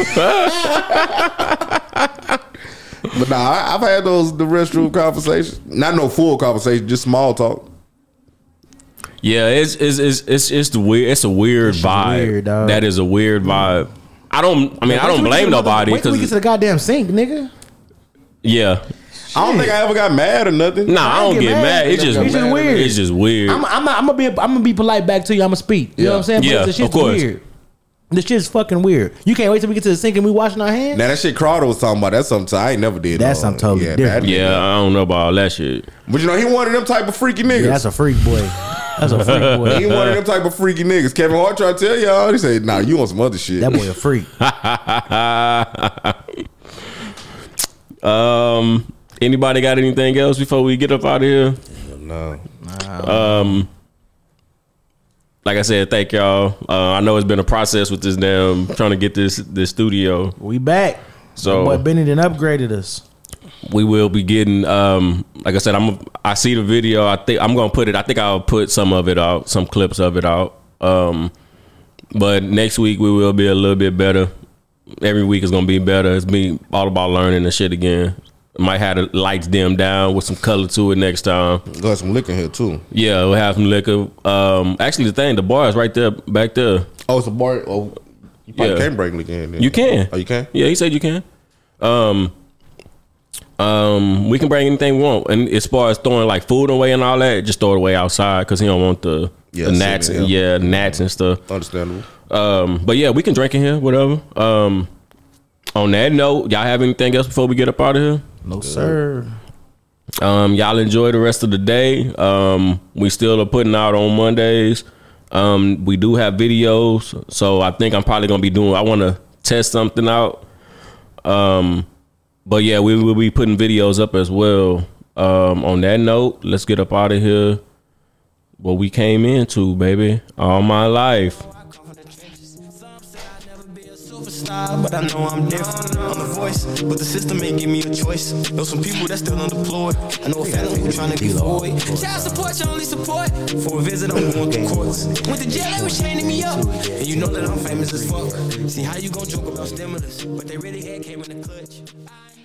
But nah, I, I've had those the restroom conversations. Not no full conversation, just small talk.
yeah. It's it's it's it's, it's the weird. It's a weird vibe.
weird, dog.
that is a weird vibe. I don't. I mean, I don't blame nobody.
Wait till we
'cause-
get to the goddamn sink, nigga.
Yeah.
I don't think I ever got mad or nothing.
Nah, I don't, get, mad. It's just,
It's just weird.
It's just weird.
I'm, I'm, I'm gonna be, I'm gonna be polite back to you. I'm gonna speak. You know what I'm saying?
Yeah,
the
of course.
weird. The shit's fucking weird. You can't wait till we get to the sink and we washing our hands.
Now that shit Crowder was talking about, that's something I ain't never did.
That's
though.
something totally
yeah,
different.
that-
yeah, I don't know about all that shit.
But you know, he one of them type of freaky niggas.
Yeah, that's a freak boy. That's a freak boy.
He ain't one of them type of freaky niggas. Kevin Hart tried to tell y'all. He said, "Nah, you want some other shit."
That boy a freak.
Um, anybody got anything else before we get up out of here?
No.
Like I said, thank y'all. Uh, I know it's been a process with this damn trying to get this this studio.
We back.
So-
That boy Benny done upgraded us.
we will be getting um like i said i'm i see the video i think i'm gonna put it i think i'll put some of it out some clips of it out um but next week we will be a little bit better every week is gonna be better it's be all about learning and shit again might have the lights dimmed down with some color to it next time
Got some liquor here too.
yeah we'll have some liquor um actually the thing the bar is right there back there
Oh, it's a bar. Oh, you probably
Yeah.
can break liquor in there.
you can
Oh, you can.
Yeah, he said you can. Um, um, we can bring anything we want, and as far as throwing like food away and all that, just throw it away outside because he don't want the,
Yeah,
the gnats,
see,
and, yeah, gnats and stuff.
Understandable.
Um, but yeah, we can drink in here, whatever. Um, on that note, y'all have anything else before we get up out of here?
No sir.
Um, y'all enjoy the rest of the day. Um, we still are putting out on Mondays. Um, we do have videos, so I think I'm probably gonna be doing. I want to test something out. Um, but yeah, we will be putting videos up as well. Um, on that note, let's get up out of here. What we came into, baby, all my life.
superstar, but I know I'm different. I'm the voice, but the system ain't give me a choice. Know some people that still unemployed. I know a family who tryna get void. Child support, your only support. For a visit, I'm going through courts. Went to jail, they was chaining me up. And you know that I'm famous as fuck. See how you gon' joke about stimulus, but they really had came in the clutch. I-